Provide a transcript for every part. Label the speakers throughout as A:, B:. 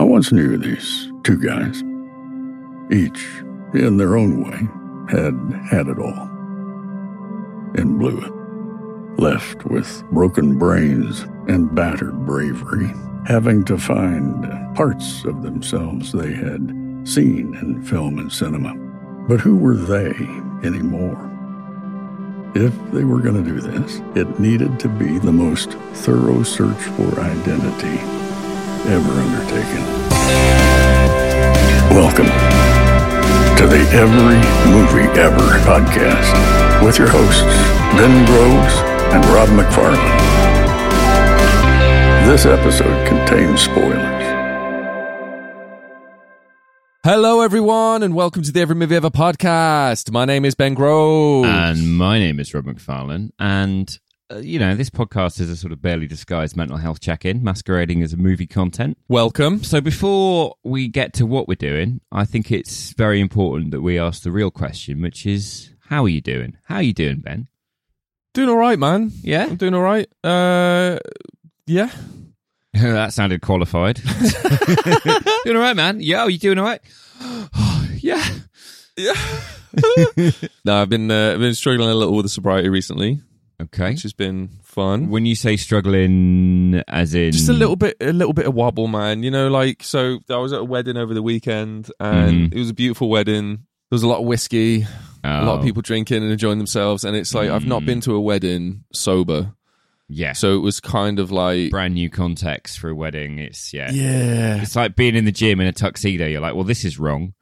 A: once knew these two guys. Each, in their own way, had had it all and blew it, left with broken brains and battered bravery, having to find parts of themselves they had seen in film and cinema. But who were they anymore? If they were going to do this, it needed to be the most thorough search for identity ever undertaken. Welcome to the Every Movie Ever podcast with your hosts, Ben Groves and Rob McFarland. This episode contains spoilers.
B: Hello, everyone, and welcome to the Every Movie Ever podcast. My name is Ben Groves.
C: And my name is Rob McFarlane. And, uh, you know, this podcast is a sort of barely disguised mental health check in, masquerading as a movie content.
B: welcome.
C: So, before we get to what we're doing, I think it's very important that we ask the real question, which is how are you doing? How are you doing, Ben?
B: Doing all right, man.
C: Yeah?
B: I'm doing all right. Uh, yeah.
C: that sounded qualified. doing all right, man. Yeah, are you doing all right? yeah.
B: No, I've been uh, I've been struggling a little with the sobriety recently,
C: Okay.
B: which has been fun.
C: When you say struggling, as in.
B: Just a little bit, a little bit of wobble, man. You know, like so. I was at a wedding over the weekend, and
C: Mm-hmm.
B: it was a beautiful wedding. There was a lot of whiskey, a lot
C: Oh, Mm.
B: of people drinking and enjoying themselves, and it's like I've not been to a wedding sober,
C: Yeah. So,
B: so it was kind of like
C: brand new context for a wedding. It's, yeah.
B: yeah,
C: It's like being in the gym in a tuxedo. You're like, well, this is wrong.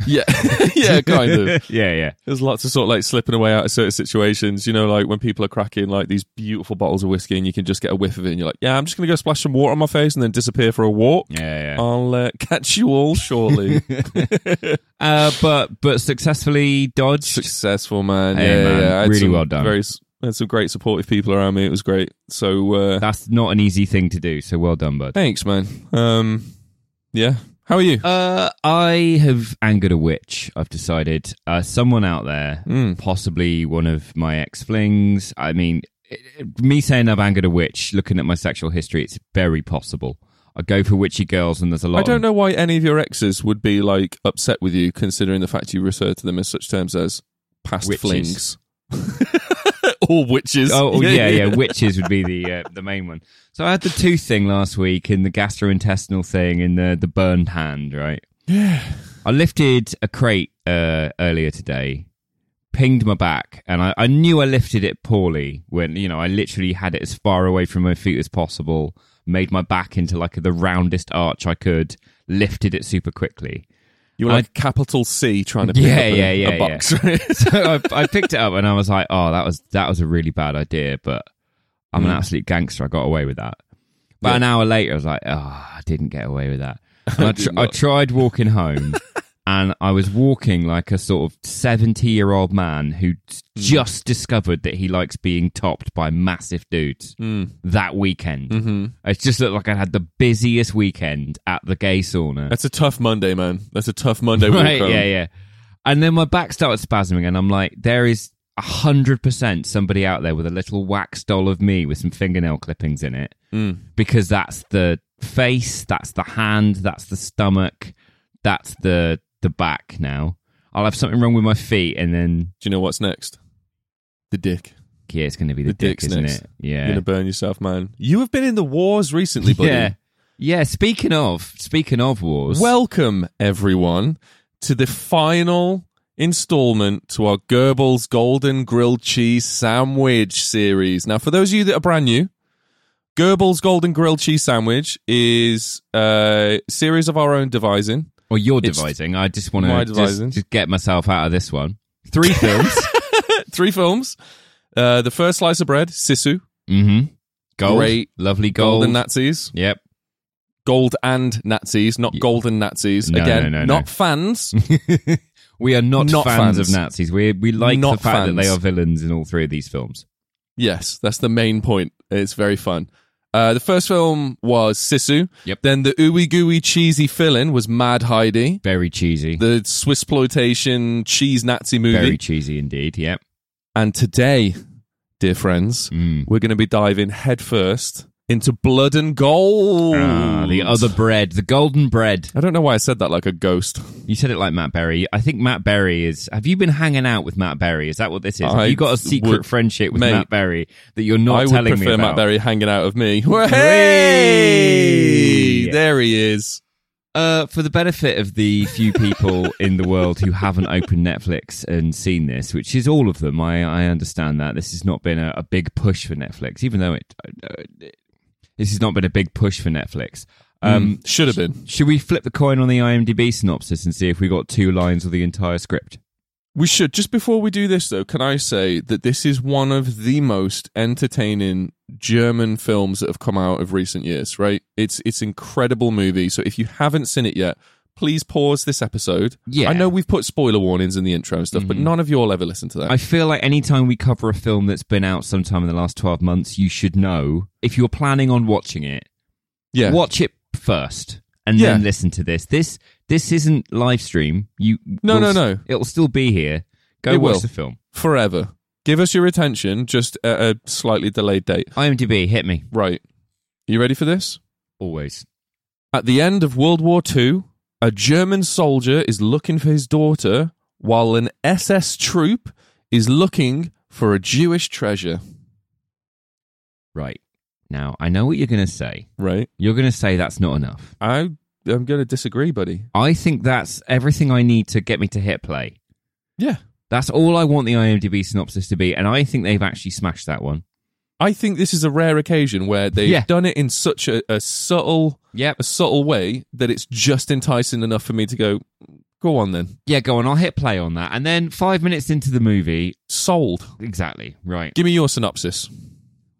B: Yeah, yeah, kind of.
C: yeah, yeah.
B: There's lots of sort of like slipping away out of certain situations. You know, like when people are cracking like these beautiful bottles of whiskey and you can just get a whiff of it and you're like, yeah, I'm just going to go splash some water on my face and then disappear for a walk.
C: Yeah, yeah.
B: I'll uh, catch you all shortly.
C: Uh, but but successfully dodged.
B: Successful, man.
C: Hey,
B: yeah,
C: man.
B: yeah. I had
C: Really
B: some
C: well done.
B: Very, s- I had some great supportive people around me. It was great. So uh,
C: That's not an easy thing to do. So well done, bud.
B: thanks, man. Um, yeah. How are you?
C: Uh, I have angered a witch. I've decided. Uh, someone out there,
B: Mm.
C: possibly one of my ex flings. I mean, it, it- me saying I've angered a witch, looking at my sexual history, it's very possible. I go for witchy girls, and there's a lot.
B: I don't know why any of your exes would be like upset with you, considering the fact you refer to them as such terms as past
C: Witches.
B: flings or witches.
C: Oh, oh, yeah, yeah. Witches would be the uh, the main one. So I had the tooth thing last week, and the gastrointestinal thing, and the the burned hand. Right. Yeah. I lifted a crate uh, earlier today, pinged my back, and I, I knew I lifted it poorly. When you know, I literally had it as far away from my feet as possible, made my back into like the roundest arch I could, lifted it super quickly.
B: You were
C: I-
B: like capital C trying to pick
C: Yeah,
B: up a,
C: yeah, yeah,
B: a box. right?
C: so I, I picked it up and I was like, "Oh, that was that was a really bad idea," but I'm
B: Mm.
C: an absolute gangster. I got away with that. But an hour later, I was like, "Oh, I didn't get away with that." And I, tr- I tried walking home, and I was walking like a sort of seventy-year-old man who
B: Mm.
C: just discovered that he likes being topped by massive dudes
B: Mm.
C: that weekend.
B: Mm-hmm.
C: It just looked like I had the busiest weekend at the gay sauna.
B: That's a tough Monday, man. That's a tough Monday. with
C: Right,
B: Chrome.
C: yeah, yeah. And then my back started spasming, and I'm like, there is a hundred percent somebody out there with a little wax doll of me with some fingernail clippings in it,
B: Hmm.
C: because that's the face, that's the hand, that's the stomach, that's the the back. Now I'll have something wrong with my feet, and then
B: Do you know what's next? The dick.
C: yeah, it's going to be the,
B: The
C: dick,
B: dick's
C: isn't
B: next.
C: it?
B: You're
C: Yeah,
B: gonna burn yourself, man. You have been in the wars recently, buddy.
C: yeah, yeah. Speaking of, speaking of wars,
B: Welcome, everyone, to the final installment to our Goebbels Golden Grilled Cheese Sandwich series. Now, for those of you that are brand new, Goebbels Golden Grilled Cheese Sandwich is a series of our own devising.
C: or you're
B: it's-
C: devising. I just want
B: My
C: to
B: devising.
C: just, just get myself out of this one. Three films.
B: Three films. Uh, the first slice of bread, Sisu,
C: Mm-hmm. Gold.
B: Great.
C: Lovely gold.
B: Golden Nazis,
C: yep.
B: Gold and Nazis, not Golden Nazis.
C: No,
B: Again,
C: no, no, no.
B: not fans.
C: We are not,
B: Not
C: fans,
B: fans.
C: of Nazis. We we like
B: Not
C: the fact that they
B: fans.
C: are villains in all three of these films.
B: Yes, that's the main point. It's very fun. Uh, the first film was Sisu.
C: Yep.
B: Then the ooey gooey cheesy fill-in was Mad Heidi,
C: Very cheesy.
B: the Swiss exploitation cheese Nazi movie.
C: Very cheesy indeed. Yep.
B: and today, dear friends,
C: Mm.
B: we're going to be diving headfirst into blood and gold.
C: Ah, the other bread, the golden bread.
B: I don't know why I said that like a ghost.
C: You said it like Matt Berry. I think Matt Berry is. Have you been hanging out with Matt Berry? Is that what this is?
B: I
C: have you got a secret
B: would-
C: friendship with
B: mate,
C: Matt Berry that you're
B: I
C: not
B: would
C: telling me
B: prefer
C: about?
B: Matt Berry hanging out of me. Hey,
C: Whey!
B: there he is.
C: Uh, for the benefit of the few people in the world who haven't opened Netflix and seen this, which is all of them, I, I understand that this has not been a, a big push for Netflix, even though it, uh, it- this has not been a big push for Netflix. Um,
B: Should have been.
C: Should we flip the coin on the IMDb synopsis and see if we got two lines or the entire script?
B: We should. Just before we do this, though, can I say that this is one of the most entertaining German films that have come out of recent years, right? It's it's incredible movie. So if you haven't seen it yet, please pause this episode.
C: Yeah. Mm-hmm.
B: I know we've put spoiler warnings in the intro and stuff, but none of you all ever listen to that.
C: I feel like anytime we cover a film that's been out sometime in the last 12 months, you should know if you're planning on watching it,
B: yeah.
C: watch it first and then
B: Yeah.
C: listen to this. This this isn't live stream. You
B: No,
C: will
B: no,
C: s-
B: no.
C: It'll still be here. Go
B: It
C: watch
B: will.
C: the film.
B: Forever. Give us your attention, just at a slightly delayed date.
C: IMDb hit me
B: Right. You ready for this?
C: always.
B: At the end of World War II, a German soldier is looking for his daughter while an SS troop is looking for a Jewish treasure.
C: Right. Now, I know what you're going to say.
B: Right.
C: You're going to say that's not enough.
B: I I'm going to disagree, buddy.
C: I think that's everything I need to get me to hit play.
B: Yeah.
C: That's all I want the IMDb synopsis to be, and I think they've actually smashed that one.
B: I think this is a rare occasion where they've
C: Yeah.
B: done it in such a, a subtle
C: Yep.
B: a subtle way that it's just enticing enough for me to go go on then.
C: Yeah, go on. I'll hit play on that. And then five minutes into the movie,
B: Sold.
C: exactly, right.
B: Give me your synopsis.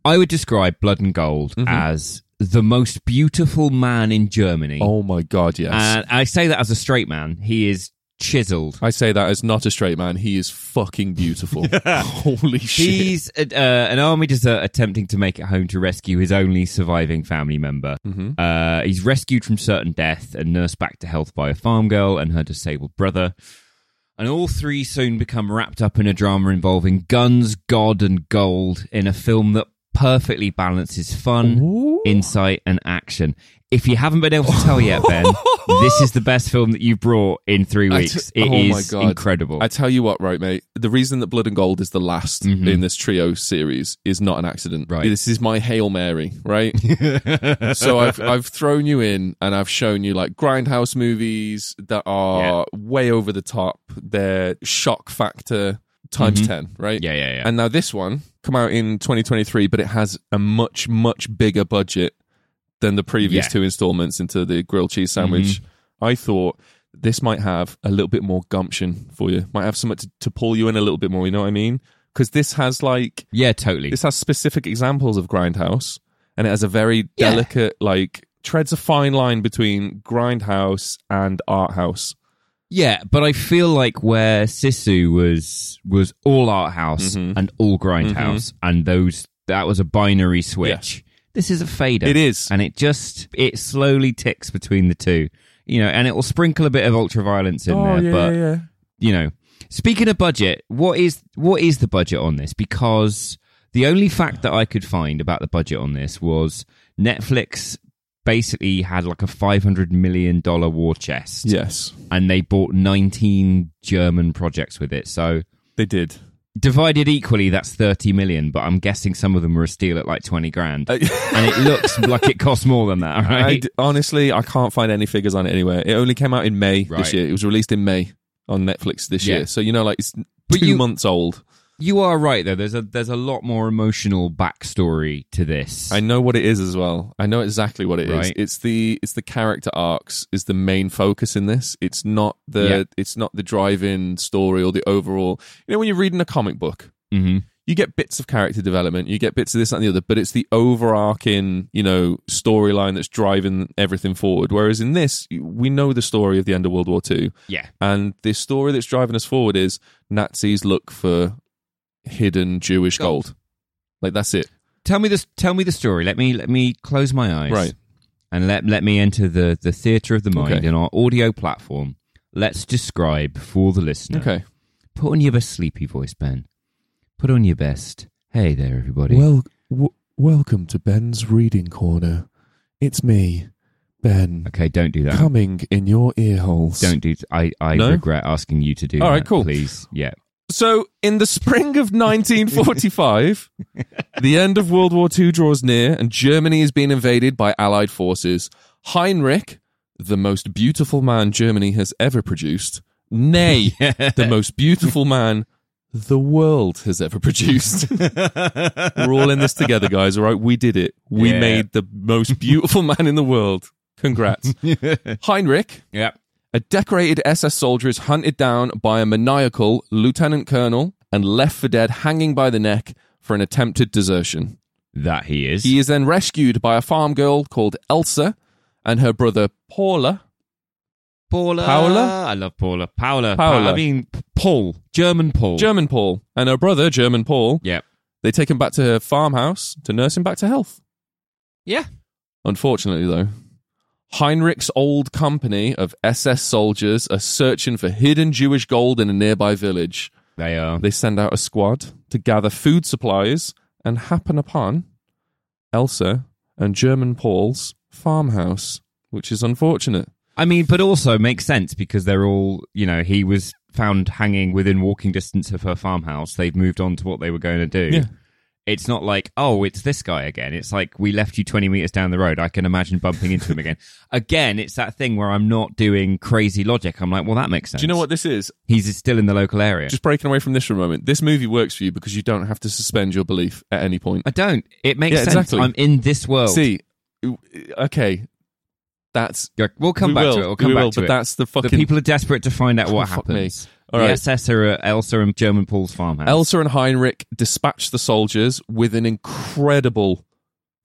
C: I would describe Blood and Gold
B: Mm-hmm.
C: as the most beautiful man in Germany.
B: Oh my god, yes.
C: And I say that as a straight man. He is chiseled.
B: I say that as not a straight man. He is fucking beautiful. Holy shit.
C: He's a, uh, an army desert attempting to make it home to rescue his only surviving family member.
B: Mhm.
C: Uh, he's rescued from certain death and nursed back to health by a farm girl and her disabled brother. And all three soon become wrapped up in a drama involving guns, God, and gold in a film that perfectly balances fun, insight, and action. If you haven't been able to tell yet, Ben, this is the best film that you brought in three
B: I
C: weeks.
B: t-
C: It is
B: oh my God.
C: incredible.
B: I tell you what, right, mate. The reason that Blood and Gold is the last in this trio series is not an accident.
C: Right.
B: This is my Hail Mary, right? so I've I've thrown you in and I've shown you like grindhouse movies that are way over the top. They're shock factor times ten, right?
C: yeah, yeah, yeah.
B: And now this one come out in 2023, but it has a much much bigger budget than the previous
C: Yeah. Mm-hmm.
B: two installments into the grilled cheese sandwich. I thought this might have a little bit more gumption for you. Might have something to, to pull you in a little bit more. You know what I mean? Because this has like
C: yeah, totally.
B: this has specific examples of grindhouse, and it has a very
C: Yeah.
B: delicate like treads a fine line between grindhouse and art house.
C: Yeah, but I feel like where Sisu was was all art house
B: Mm-hmm.
C: and all grindhouse, and those that was a binary switch. This is a fader.
B: It is.
C: and it just it slowly ticks between the two, you know, and it will sprinkle a bit of ultra violence in there, but
B: Oh, yeah.
C: you know, speaking of budget, what is what is the budget on this? Because the only fact that I could find about the budget on this was Netflix basically had like a five hundred million dollar war chest
B: Yes,
C: and they bought 19 German projects with it. So
B: they did.
C: divided equally, that's 30 million, but I'm guessing some of them were a steal at like 20 grand.
B: Uh,
C: and it looks like it costs more than that,
B: I
C: right?
B: d- honestly, I can't find any figures on it anywhere. It only came out in May
C: Right.
B: this year. It was released in May on Netflix this
C: Yeah.
B: year. So you know, like it's two
C: you-
B: months old.
C: you are right, though. There's a, there's a lot more emotional backstory to this.
B: I know what it is as well. I know exactly what it is.
C: Right.
B: It's the it's the character arcs is the main focus in this. It's not the
C: Yeah.
B: it's not the drive-in story or the overall. You know, when you're reading a comic book,
C: hmm
B: you get bits of character development, you get bits of this that, and the other, but it's the overarching, you know, storyline that's driving everything forward. Whereas in this, we know the story of the end of World War Two.
C: Yeah.
B: And the story that's driving us forward is Nazis look for hidden Jewish
C: Gold.
B: gold. Like that's it.
C: Tell me this. Tell me the story. Let me let me close my eyes.
B: Right.
C: And let let me enter the the theater of the mind
B: Okay.
C: in our audio platform. Let's describe for the listener.
B: Okay.
C: Put on your best sleepy voice, Ben. Put on your best. Hey there, everybody.
B: Well, w- Welcome to Ben's Reading Corner. It's me, Ben,
C: Okay, don't do that.
B: coming in your ear holes.
C: Don't do. I I
B: No?
C: regret asking you to do.
B: All
C: that.
B: right, cool.
C: Please, yeah.
B: So, in the spring of 1945, the end of World War II draws near and Germany is being invaded by Allied forces. Heinrich, the most beautiful man Germany has ever produced, nay, the most beautiful man the world has ever produced. We're all in this together, guys, all right? We did it. We
C: Yeah.
B: made the most beautiful man in the world. Congrats. Heinrich,
C: yeah.
B: a decorated SS soldier is hunted down by a maniacal lieutenant colonel and left for dead hanging by the neck for an attempted desertion.
C: That he is.
B: He is then rescued by a farm girl called Elsa and her brother Paula.
C: Paula.
B: Paula?
C: I love Paula. Paula.
B: Paula.
C: I mean, Paul. German Paul.
B: German Paul and her brother, German Paul,
C: Yeah.
B: they take him back to her farmhouse to nurse him back to health.
C: Yeah.
B: Unfortunately, though, Heinrich's old company of SS soldiers are searching for hidden Jewish gold in a nearby village.
C: They are.
B: They send out a squad to gather food supplies and happen upon Elsa and German Paul's farmhouse, which is unfortunate.
C: I mean, but also makes sense because they're all, you know, he was found hanging within walking distance of her farmhouse. They've moved on to what they were going to do.
B: Yeah.
C: It's not like, oh, it's this guy again. It's like, we left you 20 meters down the road. I can imagine bumping into him again. Again, it's that thing where I'm not doing crazy logic. I'm like, well, that makes sense.
B: Do you know what this is?
C: He's still in the local area.
B: Just breaking away from this for a moment. This movie works for you because you don't have to suspend your belief at any point.
C: I don't. It makes
B: Yeah,
C: sense.
B: exactly.
C: I'm in this world.
B: See, okay, that's
C: Yeah, We'll come
B: we
C: back
B: will,
C: to it. We'll come
B: we
C: back
B: will,
C: to
B: but
C: it.
B: that's the
C: the
B: fucking
C: people are desperate to find out what
B: Fuck
C: happens.
B: All
C: the
B: right.
C: SS are at Elsa and German Paul's farmhouse.
B: Elsa and Heinrich dispatch the soldiers with an incredible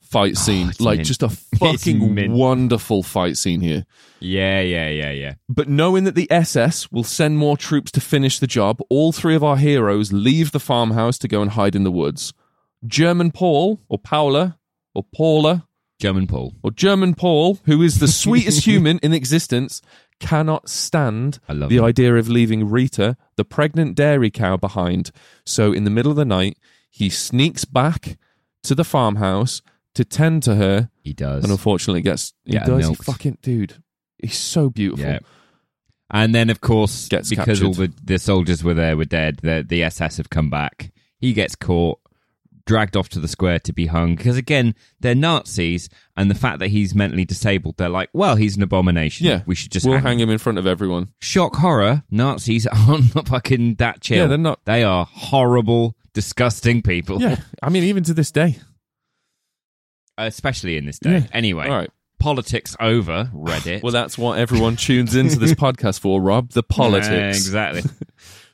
B: fight scene,
C: Ah, it's
B: like
C: mint.
B: just a fucking
C: mint.
B: wonderful fight scene here.
C: yeah, yeah, yeah, yeah.
B: But knowing that the SS will send more troops to finish the job, all three of our heroes leave the farmhouse to go and hide in the woods. German Paul, or Paula, or Paula,
C: German Paul.
B: or German Paul, who is the sweetest human in existence, cannot stand
C: I love
B: the
C: him.
B: idea of leaving Rita, the pregnant dairy cow, behind. So in the middle of the night, he sneaks back to the farmhouse to tend to her,
C: He does.
B: and unfortunately gets he
C: Yeah,
B: does. He
C: milked.
B: fucking dude, he's so beautiful.
C: yeah. And then, of course,
B: Gets
C: because
B: captured.
C: all the, the soldiers were there, were dead, the, the SS have come back. He gets caught, dragged off to the square to be hung. Because, again, they're Nazis, and the fact that he's mentally disabled, they're like, well, he's an abomination.
B: Yeah.
C: We should just
B: we'll
C: hang him.
B: hang him in front of everyone.
C: shock horror, Nazis are not fucking that chill.
B: Yeah, they're not-
C: They are horrible, disgusting people.
B: Yeah, I mean, even to this day.
C: Especially in this day.
B: Yeah.
C: Anyway,
B: All right.
C: politics over, Reddit.
B: Well, that's what everyone tunes into this podcast for, Rob. The politics.
C: Yeah, exactly.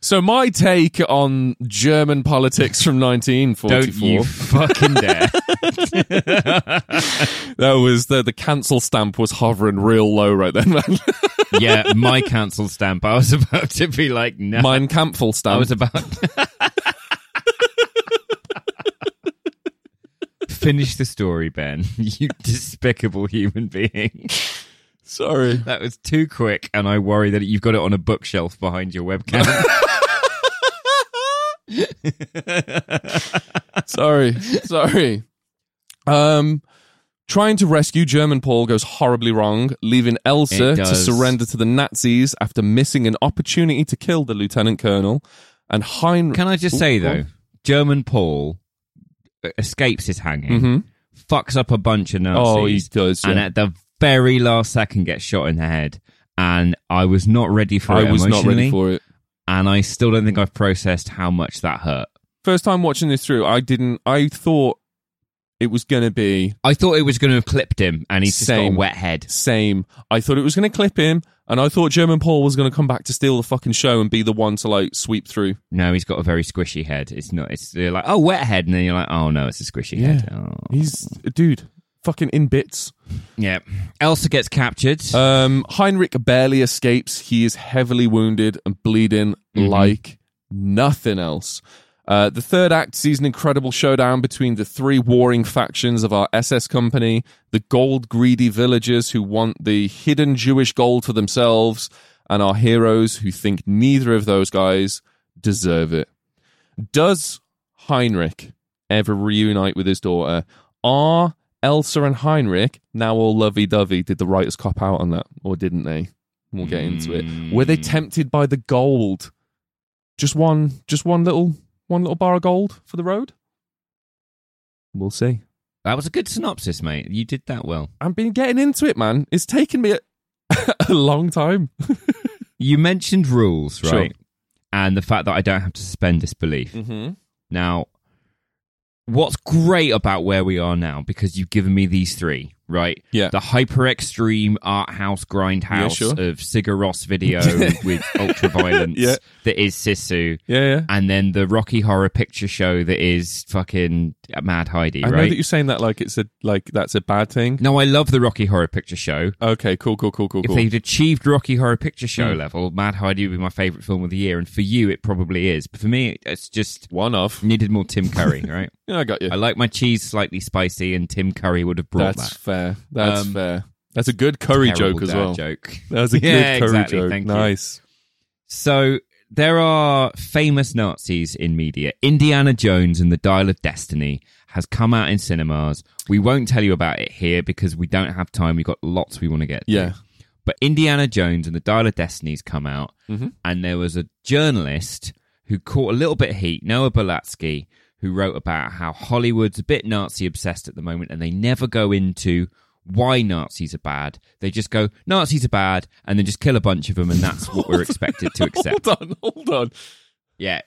B: So, my take on German politics from
C: Don't
B: 1944.
C: you fucking dare.
B: That was the the cancel stamp was hovering real low right then, man.
C: yeah, my cancel stamp. I was about to be like, no.
B: Mein Kampfel
C: I
B: stamp.
C: was about. Finish the story, Ben. You despicable human being.
B: Sorry.
C: That was too quick, and I worry that you've got it on a bookshelf behind your webcam.
B: Sorry. Sorry. Um trying to rescue German Paul goes horribly wrong, leaving Elsa
C: It
B: to
C: does.
B: surrender to the Nazis after missing an opportunity to kill the lieutenant colonel and Heinrich
C: Can I just
B: Ooh,
C: say
B: go
C: though,
B: on.
C: German Paul uh, escapes his hanging, fucks up a bunch of Nazis,
B: Mm-hmm. Oh, he does.
C: and
B: yeah.
C: at the very last second gets shot in the head. And I was not ready for it
B: I was not ready
C: emotionally,
B: for it.
C: and I still don't think I've processed how much that hurt.
B: First time watching this through, I didn't. I thought it was going to be
C: I thought it was going to have clipped him, and he's just got a
B: Same.
C: wet head.
B: same. I thought it was going to clip him, and I thought German Paul was going to come back to steal the fucking show and be the one to like sweep through.
C: No, he's got a very squishy head. It's not. It's you're like oh, wet head, and then you're like oh no, it's a squishy head. Oh.
B: He's dude, fucking in bits.
C: Yeah. Elsa gets captured.
B: Um, Heinrich barely escapes. He is heavily wounded and bleeding like nothing else. Uh, the third act sees an incredible showdown between the three warring factions of our SS company, the gold greedy villagers who want the hidden Jewish gold for themselves, and our heroes who think neither of those guys deserve it. Does Heinrich ever reunite with his daughter? Are Elsa and Heinrich now all lovey dovey? Did the writers cop out on that or didn't they? We'll get into it. Were they
C: Mm.
B: tempted by the gold? Just one, just one little, one little bar of gold for the road. We'll see.
C: That was a good synopsis, mate. You did that well.
B: I've been getting into it, man. It's taken me a, a long time.
C: You mentioned rules,
B: Sure.
C: right? And the fact that I don't have to suspend disbelief.
B: Mm-hmm.
C: Now, what's great about where we are now, because you've given me these three, right?
B: Yeah.
C: The hyper extreme art house grindhouse
B: Yeah, sure.
C: of Sigur Ross video with ultra violence
B: Yeah.
C: that is Sisu.
B: Yeah, yeah.
C: And then the Rocky Horror Picture Show that is fucking Mad Heidi,
B: I know
C: right?
B: that you're saying that like it's a like that's a bad thing.
C: No, I love the Rocky Horror Picture Show.
B: Okay, cool, cool, cool, cool,
C: If
B: Oh, cool.
C: they'd achieved Rocky Horror Picture Show
B: Mm.
C: level, Mad Heidi would be my favorite film of the year, and for you, it probably is. But for me, it's just
B: One off.
C: needed more Tim Curry, right?
B: Yeah, I got you.
C: I like my cheese slightly spicy, and Tim Curry would have brought
B: That's
C: that.
B: fair. That's
C: Um,
B: fair. That's a good curry
C: Terrible
B: joke as
C: dad
B: well.
C: Joke.
B: That was a
C: Yeah,
B: good curry
C: exactly,
B: joke.
C: thank you.
B: nice.
C: So there are famous Nazis in media. Indiana Jones and the Dial of Destiny has come out in cinemas. We won't tell you about it here because we don't have time. We've got lots we want to get. to.
B: Yeah.
C: But Indiana Jones and the Dial of Destiny's come out,
B: Mhm.
C: and there was a journalist who caught a little bit of heat, Noah Balatsky, who wrote about how Hollywood's a bit Nazi obsessed at the moment, and they never go into why Nazis are bad. They just go Nazis are bad, and then just kill a bunch of them, and that's what we're expected to accept.
B: Hold on, hold on.
C: Yeah.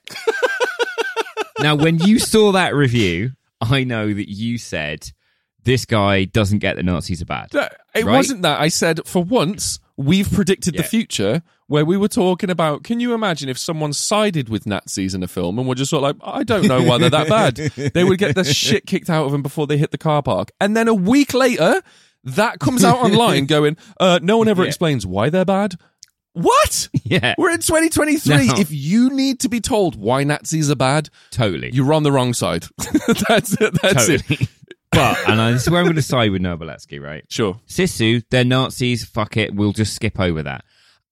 C: now, when you saw that review, I know that you said this guy doesn't get the Nazis are bad.
B: That- it
C: Right?
B: wasn't that. I said, for once, we've predicted
C: Yeah.
B: the future where we were talking about can you imagine if someone sided with Nazis in a film and were just sort of like, I don't know why they're that bad. they would get the shit kicked out of them before they hit the car park. And then a week later, that comes out online going, uh, no one ever
C: Yeah.
B: explains why they're bad. What?
C: Yeah,
B: We're in 2023.
C: No.
B: If you need to be told why Nazis are bad,
C: totally.
B: you're on the wrong side. that's it. That's it.
C: totally. but and I, this is where I'm going to side with Nobiletsky, right?
B: Sure.
C: Sisu, they're Nazis. Fuck it, we'll just skip over that.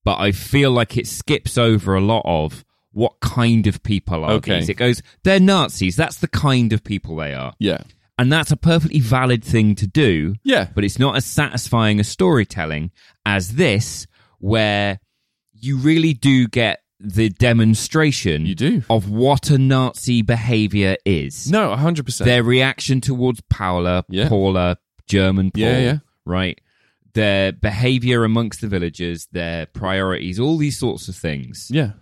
C: But I feel like it skips over a lot of what kind of people are
B: Okay.
C: these. It goes, they're Nazis. That's the kind of people they are,
B: Yeah.
C: and that's a perfectly valid thing to do.
B: Yeah.
C: But it's not as satisfying a storytelling as this, where you really do get the demonstration
B: You do.
C: of what a Nazi behavior is
B: No, 100%.
C: their reaction towards Paula,
B: Yeah.
C: Paula, German Paul,
B: Yeah, yeah.
C: right? Their behavior amongst the villagers, their priorities, all these sorts of things
B: yeah.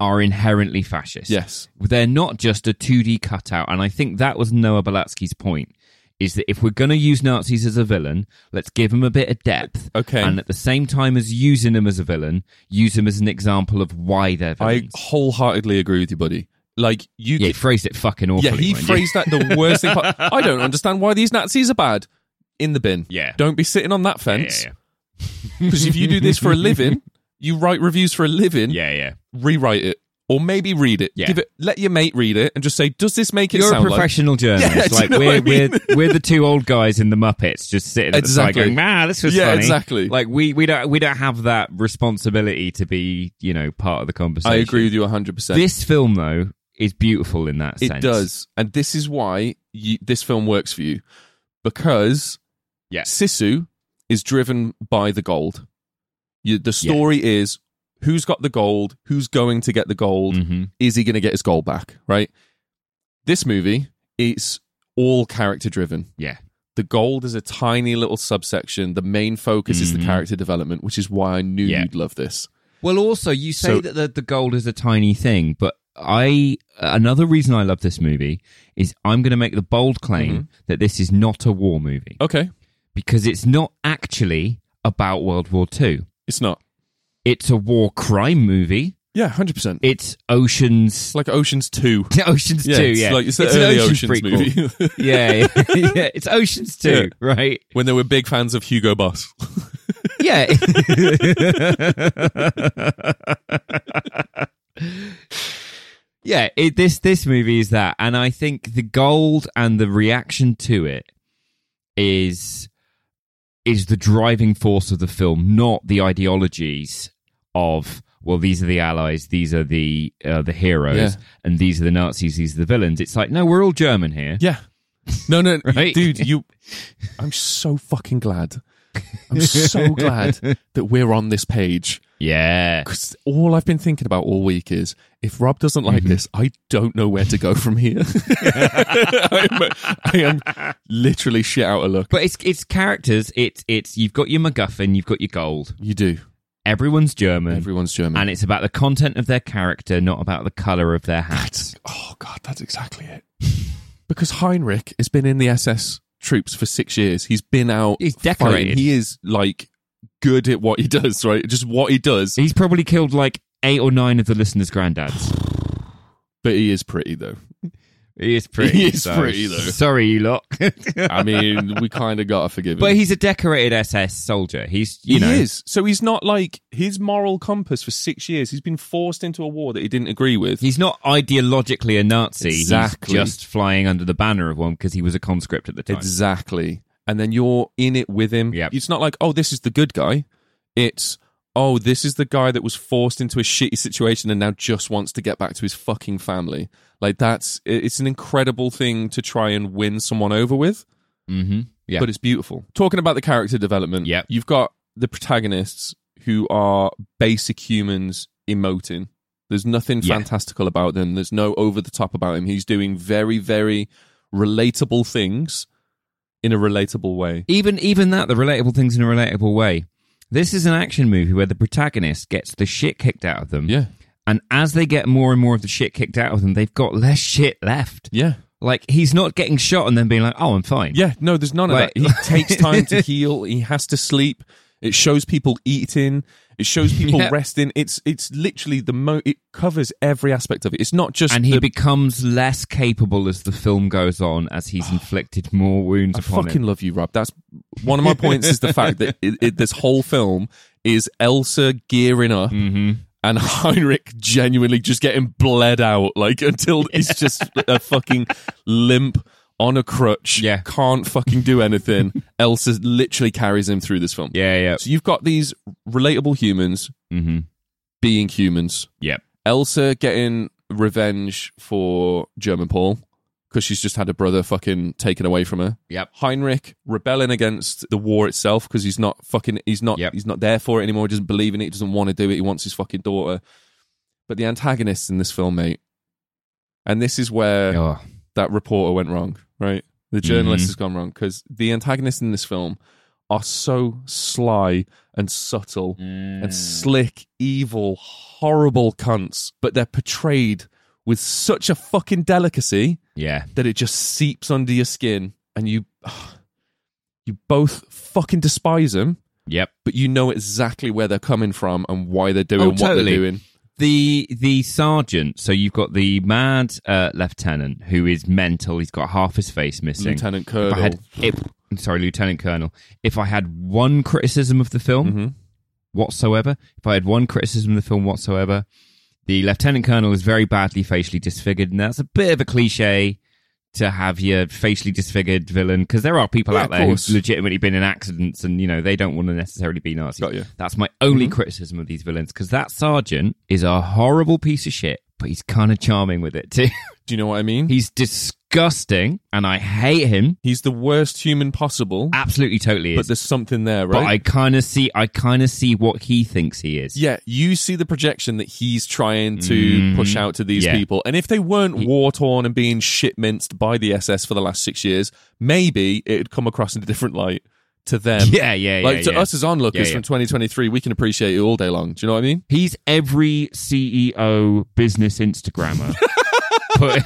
C: are inherently fascist.
B: Yes.
C: They're not just a 2D cutout. And I think that was Noah Balatsky's point is that if we're going to use Nazis as a villain, let's give them a bit of depth.
B: Okay.
C: And at the same time as using them as a villain, use them as an example of why they're
B: I
C: villains.
B: wholeheartedly agree with you, buddy. Like you,
C: yeah, he
B: yeah,
C: phrased it fucking awfully.
B: yeah he
C: mind you.
B: phrased that the worst thing. po- I don't understand why these Nazis are bad. In the bin.
C: Yeah.
B: Don't be sitting on that
C: Yeah,
B: fence
C: yeah,
B: because if you do this for a living, you write reviews for a living.
C: yeah. yeah, yeah.
B: Rewrite it or maybe read it.
C: Yeah.
B: Give it. Let your mate read it and just say, "Does this make it
C: You're a
B: sound like?"
C: professional journalist.
B: Yeah, do you
C: like
B: know
C: we're,
B: what I mean?
C: we're we're the two old guys in the Muppets, just sitting at
B: Exactly.
C: the side going, "Ah, this was
B: Yeah,
C: funny."
B: exactly.
C: Like we we don't we don't have that responsibility to be you know part of the conversation.
B: I agree with you 100. percent
C: This film though is beautiful in that
B: It
C: sense.
B: does, and this is why you, this film works for you because
C: Yeah.
B: Sisu is driven by the gold. You, the story is who's got the gold, who's going to get the gold,
C: hmm
B: is he going to get his gold back, right? This movie, it's all character driven.
C: Yeah.
B: The gold is a tiny little subsection. The main focus is the
C: Mhm.
B: character development, which is why I knew
C: Yeah.
B: you'd love this.
C: Well, also you say
B: So-
C: that the, the gold is a tiny thing, but I uh, another reason I love this movie is I'm going to make the bold claim that this is not a war movie
B: Okay,
C: because it's not actually about World War Two.
B: it's not.
C: It's a war crime movie.
B: Yeah, 100%.
C: It's Ocean's
B: It's like Ocean's 2.
C: Ocean's
B: Yeah,
C: Two.
B: it's
C: yeah,
B: like it's,
C: an
B: the early
C: Ocean's
B: Ocean's,
C: prequel.
B: movie.
C: yeah, yeah, yeah, it's Ocean's Two,
B: Yeah.
C: right?
B: when they were big fans of Hugo Boss.
C: Yeah. yeah, it, this this movie is that, and I think the gold and the reaction to it is is the driving force of the film, not the ideologies of well, these are the allies, these are the uh, the heroes,
B: Yeah.
C: and these are the Nazis, these are the villains. It's like no, we're all German here.
B: yeah. No, no,
C: Right?
B: dude, you. I'm so fucking glad. I'm so glad that we're on this page
C: Yeah.
B: because all I've been thinking about all week is if Rob doesn't like
C: Mm-hmm.
B: this, I don't know where to go from here. I'm, I am literally shit out of luck.
C: But it's it's characters. It's it's you've got your MacGuffin, you've got your gold.
B: You do.
C: Everyone's German,
B: Everyone's German.
C: and it's about the content of their character, not about the color of their hats.
B: Oh God, that's exactly it. because Heinrich has been in the SS troops for six years. He's been out.
C: He's
B: fighting.
C: decorated.
B: He is like good at what he does. Right, just what he does.
C: He's probably killed like eight or nine of the listeners' granddads.
B: But he is pretty though.
C: He is pretty.
B: He is
C: so-
B: pretty, though.
C: Sorry, you lot.
B: I mean, we kind of gotta forgive him.
C: but he's a decorated SS soldier. He's you know
B: he is. So he's not like his moral compass for six years. He's been forced into a war that he didn't agree with.
C: he's not ideologically a Nazi.
B: Exactly.
C: He's just flying under the banner of one because he was a conscript at the time.
B: Exactly. And then you're in it with him.
C: Yep.
B: It's not like, oh, this is the good guy. It's, oh, this is the guy that was forced into a shitty situation and now just wants to get back to his fucking family. Like, that's, it- it's an incredible thing to try and win someone over with,
C: Mm-hmm. Yeah.
B: but it's beautiful. Talking about the character development,
C: Yep.
B: you've got the protagonists who are basic humans emoting. There's nothing
C: Yeah.
B: fantastical about them. There's no over the top about him. He's doing very, very relatable things in a relatable way.
C: even even that the relatable things in a relatable way this is an action movie where the protagonist gets the shit kicked out of them
B: Yeah.
C: and as they get more and more of the shit kicked out of them they've got less shit left
B: Yeah.
C: like he's not getting shot and then being like oh i'm fine
B: Yeah. No, there's none of
C: Like-
B: that. He takes time to heal. He has to sleep. It shows people eating. It shows people
C: Yeah.
B: resting. It's it's literally the mo it covers every aspect of it. It's not just
C: and he
B: the,
C: becomes less capable as the film goes on as he's inflicted more wounds
B: I
C: upon
B: fucking
C: him
B: love you, Rob. That's one of my points is the fact that it, it, this whole film is Elsa gearing up
C: Mm-hmm.
B: and Heinrich genuinely just getting bled out, like until he's just a fucking limp on a crutch.
C: Yeah.
B: Can't fucking do anything. Elsa literally carries him through this film.
C: yeah yeah
B: So you've got these relatable humans
C: mm-hmm.
B: being humans.
C: yep
B: Elsa getting revenge for German Paul because she's just had a brother fucking taken away from her.
C: yep
B: Heinrich rebelling against the war itself because he's not fucking he's not
C: Yep.
B: he's not there for it anymore. He doesn't believe in it. He doesn't want to do it. He wants his fucking daughter. But the antagonists in this film, mate, and this is where
C: oh,
B: that reporter went wrong, right? The journalist
C: Mhm.
B: has gone wrong because the antagonists in this film are so sly and subtle
C: Hmm.
B: and slick, evil, horrible cunts, but they're portrayed with such a fucking delicacy
C: yeah
B: that it just seeps under your skin and you you both fucking despise them
C: yep
B: but you know exactly where they're coming from and why they're doing
C: Oh,
B: what
C: totally.
B: they're doing
C: the the sergeant so you've got the mad uh, lieutenant who is mental he's got half his face missing
B: lieutenant
C: if I
B: colonel
C: had, if, I'm sorry, Lieutenant Colonel. If I had one criticism of the film
B: Mhm.
C: whatsoever, if I had one criticism of the film whatsoever, the Lieutenant Colonel is very badly facially disfigured, and that's a bit of a cliche to have your facially disfigured villain because there are people
B: Yeah,
C: out
B: of
C: there
B: course.
C: who've legitimately been in accidents, and you know they don't want to necessarily be Nazis.
B: Got Mm-hmm. you.
C: That's my only criticism of these villains because that sergeant is a horrible piece of shit, but he's kind of charming with it too.
B: do you know what i mean
C: he's disgusting, and I hate him
B: he's the worst human possible
C: absolutely totally
B: but
C: Ah, is.
B: there's something there
C: But,
B: right
C: I kind of see, I kind of see what he thinks he is.
B: yeah you see the projection that he's trying to
C: Mhm.
B: push out to these
C: Yeah.
B: people and if they weren't war-torn and being shit-minced by the ss for the last six years maybe it'd come across in a different light to them
C: yeah, yeah, yeah.
B: like to
C: yeah.
B: us as onlookers
C: Yeah, yeah.
B: from 2023 we can appreciate it all day long do you know what i mean
C: he's every CEO business Instagrammer. put,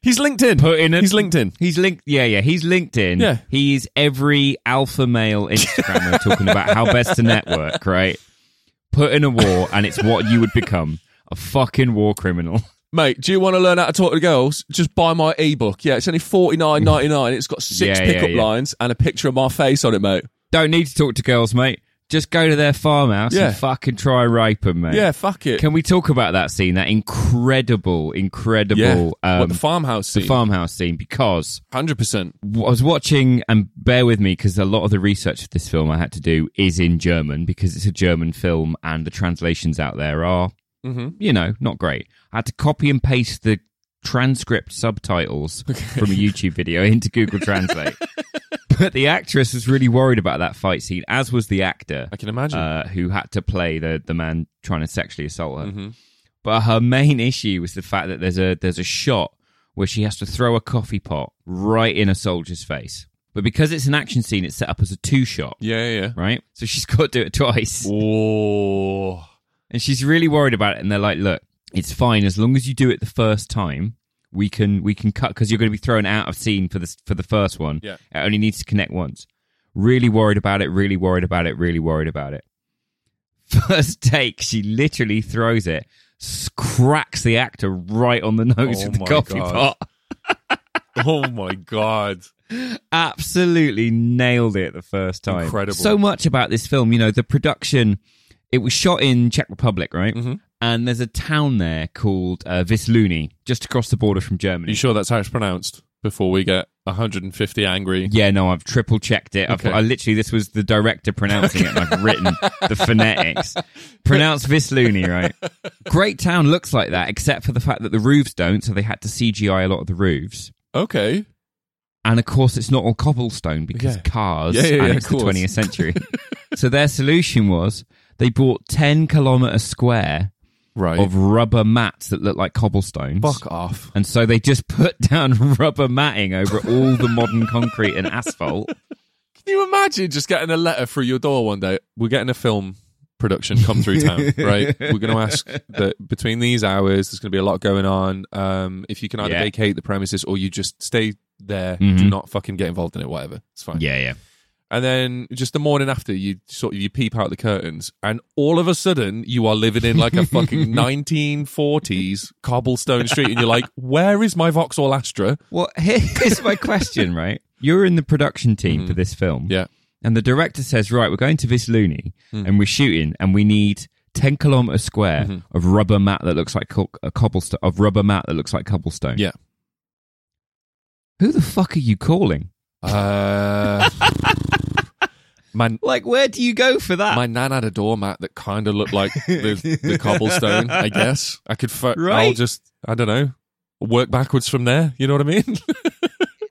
B: He's LinkedIn.
C: put in a,
B: He's LinkedIn.
C: He's linked. Yeah, yeah. He's LinkedIn.
B: Yeah.
C: He's every alpha male Instagrammer talking about how best to network. Right. Put in a war, and it's what you would become. A fucking war criminal.
B: Mate, do you want to learn how to talk to girls? Just buy my ebook. Yeah, it's only forty nine ninety nine. It's got six
C: Yeah, yeah,
B: pickup
C: yeah.
B: lines and a picture of my face on it, mate.
C: Don't need to talk to girls, mate. Just go to their farmhouse
B: Yeah.
C: and fucking try and rape them, mate.
B: Yeah, fuck it.
C: Can we talk about that scene? That incredible,
B: yeah,
C: incredible
B: what
C: um,
B: the farmhouse
C: the
B: scene?
C: farmhouse scene because
B: Hundred percent.
C: I was watching, and bear with me because a lot of the research of this film I had to do is in German because it's a German film and the translations out there are,
B: Mhm.
C: you know, not great. I had to copy and paste the transcript subtitles from a YouTube video into Google Translate. but the actress was really worried about that fight scene, as was the actor
B: I can imagine.
C: uh, who had to play the the man trying to sexually assault her.
B: Mhm.
C: But her main issue was the fact that there's a there's a shot where she has to throw a coffee pot right in a soldier's face. But because it's an action scene, it's set up as a two shot,
B: yeah, yeah.
C: right? So she's got to do it twice,
B: Oh,
C: and she's really worried about it. And they're like, "Look, it's fine as long as you do it the first time." We can we can cut because you're going to be thrown out of scene for this for the first one.
B: Yeah.
C: It only needs to connect once. Really worried about it. Really worried about it. Really worried about it. First take, she literally throws it, s- cracks the actor right on the nose
B: Oh
C: with the
B: my
C: coffee
B: God.
C: pot.
B: oh my god.
C: Absolutely nailed it the first time.
B: Incredible.
C: So much about this film, you know, the production. It was shot in Czech Republic, right?
B: Mhm.
C: And there's a town there called uh, Visluni, just across the border
B: Are
C: from
B: you
C: Germany.
B: sure that's how it's pronounced? Before we get 150 angry.
C: Yeah, no, I've triple checked it. I've,
B: Okay.
C: I literally, this was the director pronouncing it, and I've written the phonetics. Pronounce Visluni, right? Great town looks like that, except for the fact that the roofs don't, so they had to CGI a lot of the roofs.
B: Okay.
C: And of course, it's not all cobblestone because
B: Yeah.
C: cars
B: Yeah, yeah, yeah,
C: and
B: of
C: it's the
B: course.
C: 20th century. so their solution was they bought 10 kilometer square
B: Right.
C: of rubber mats that look like cobblestones.
B: Fuck off.
C: And so they just put down rubber matting over all the modern concrete and asphalt.
B: Can you imagine just getting a letter through your door one day? We're getting a film production come through town, right? We're going to ask that between these hours, there's going to be a lot going on. Um, if you can either
C: Yeah.
B: vacate the premises or you just stay there, do
C: Mhm.
B: not fucking get involved in it, whatever. It's fine.
C: Yeah, yeah.
B: And then just the morning after, you sort of you peep out the curtains, and all of a sudden you are living in like a fucking 1940s cobblestone street, and you're like, "Where is my Vauxhall Astra?"
C: Well, here- here's my question, right? You're in the production team for this film.
B: Yeah.
C: And the director says, right, we're going to this loony and we're shooting and we need 10 kilometer square of rubber mat that looks like co- a cobblestone, of rubber mat that looks like cobblestone.
B: Yeah.
C: Who the fuck are you calling?
B: Uh, my
C: Like, where do you go for that?
B: my nan had a doormat that kind of looked like the, the cobblestone. I guess I could. Fu- I'll
C: Right.
B: just I don't know. Work backwards from there. You know what I mean?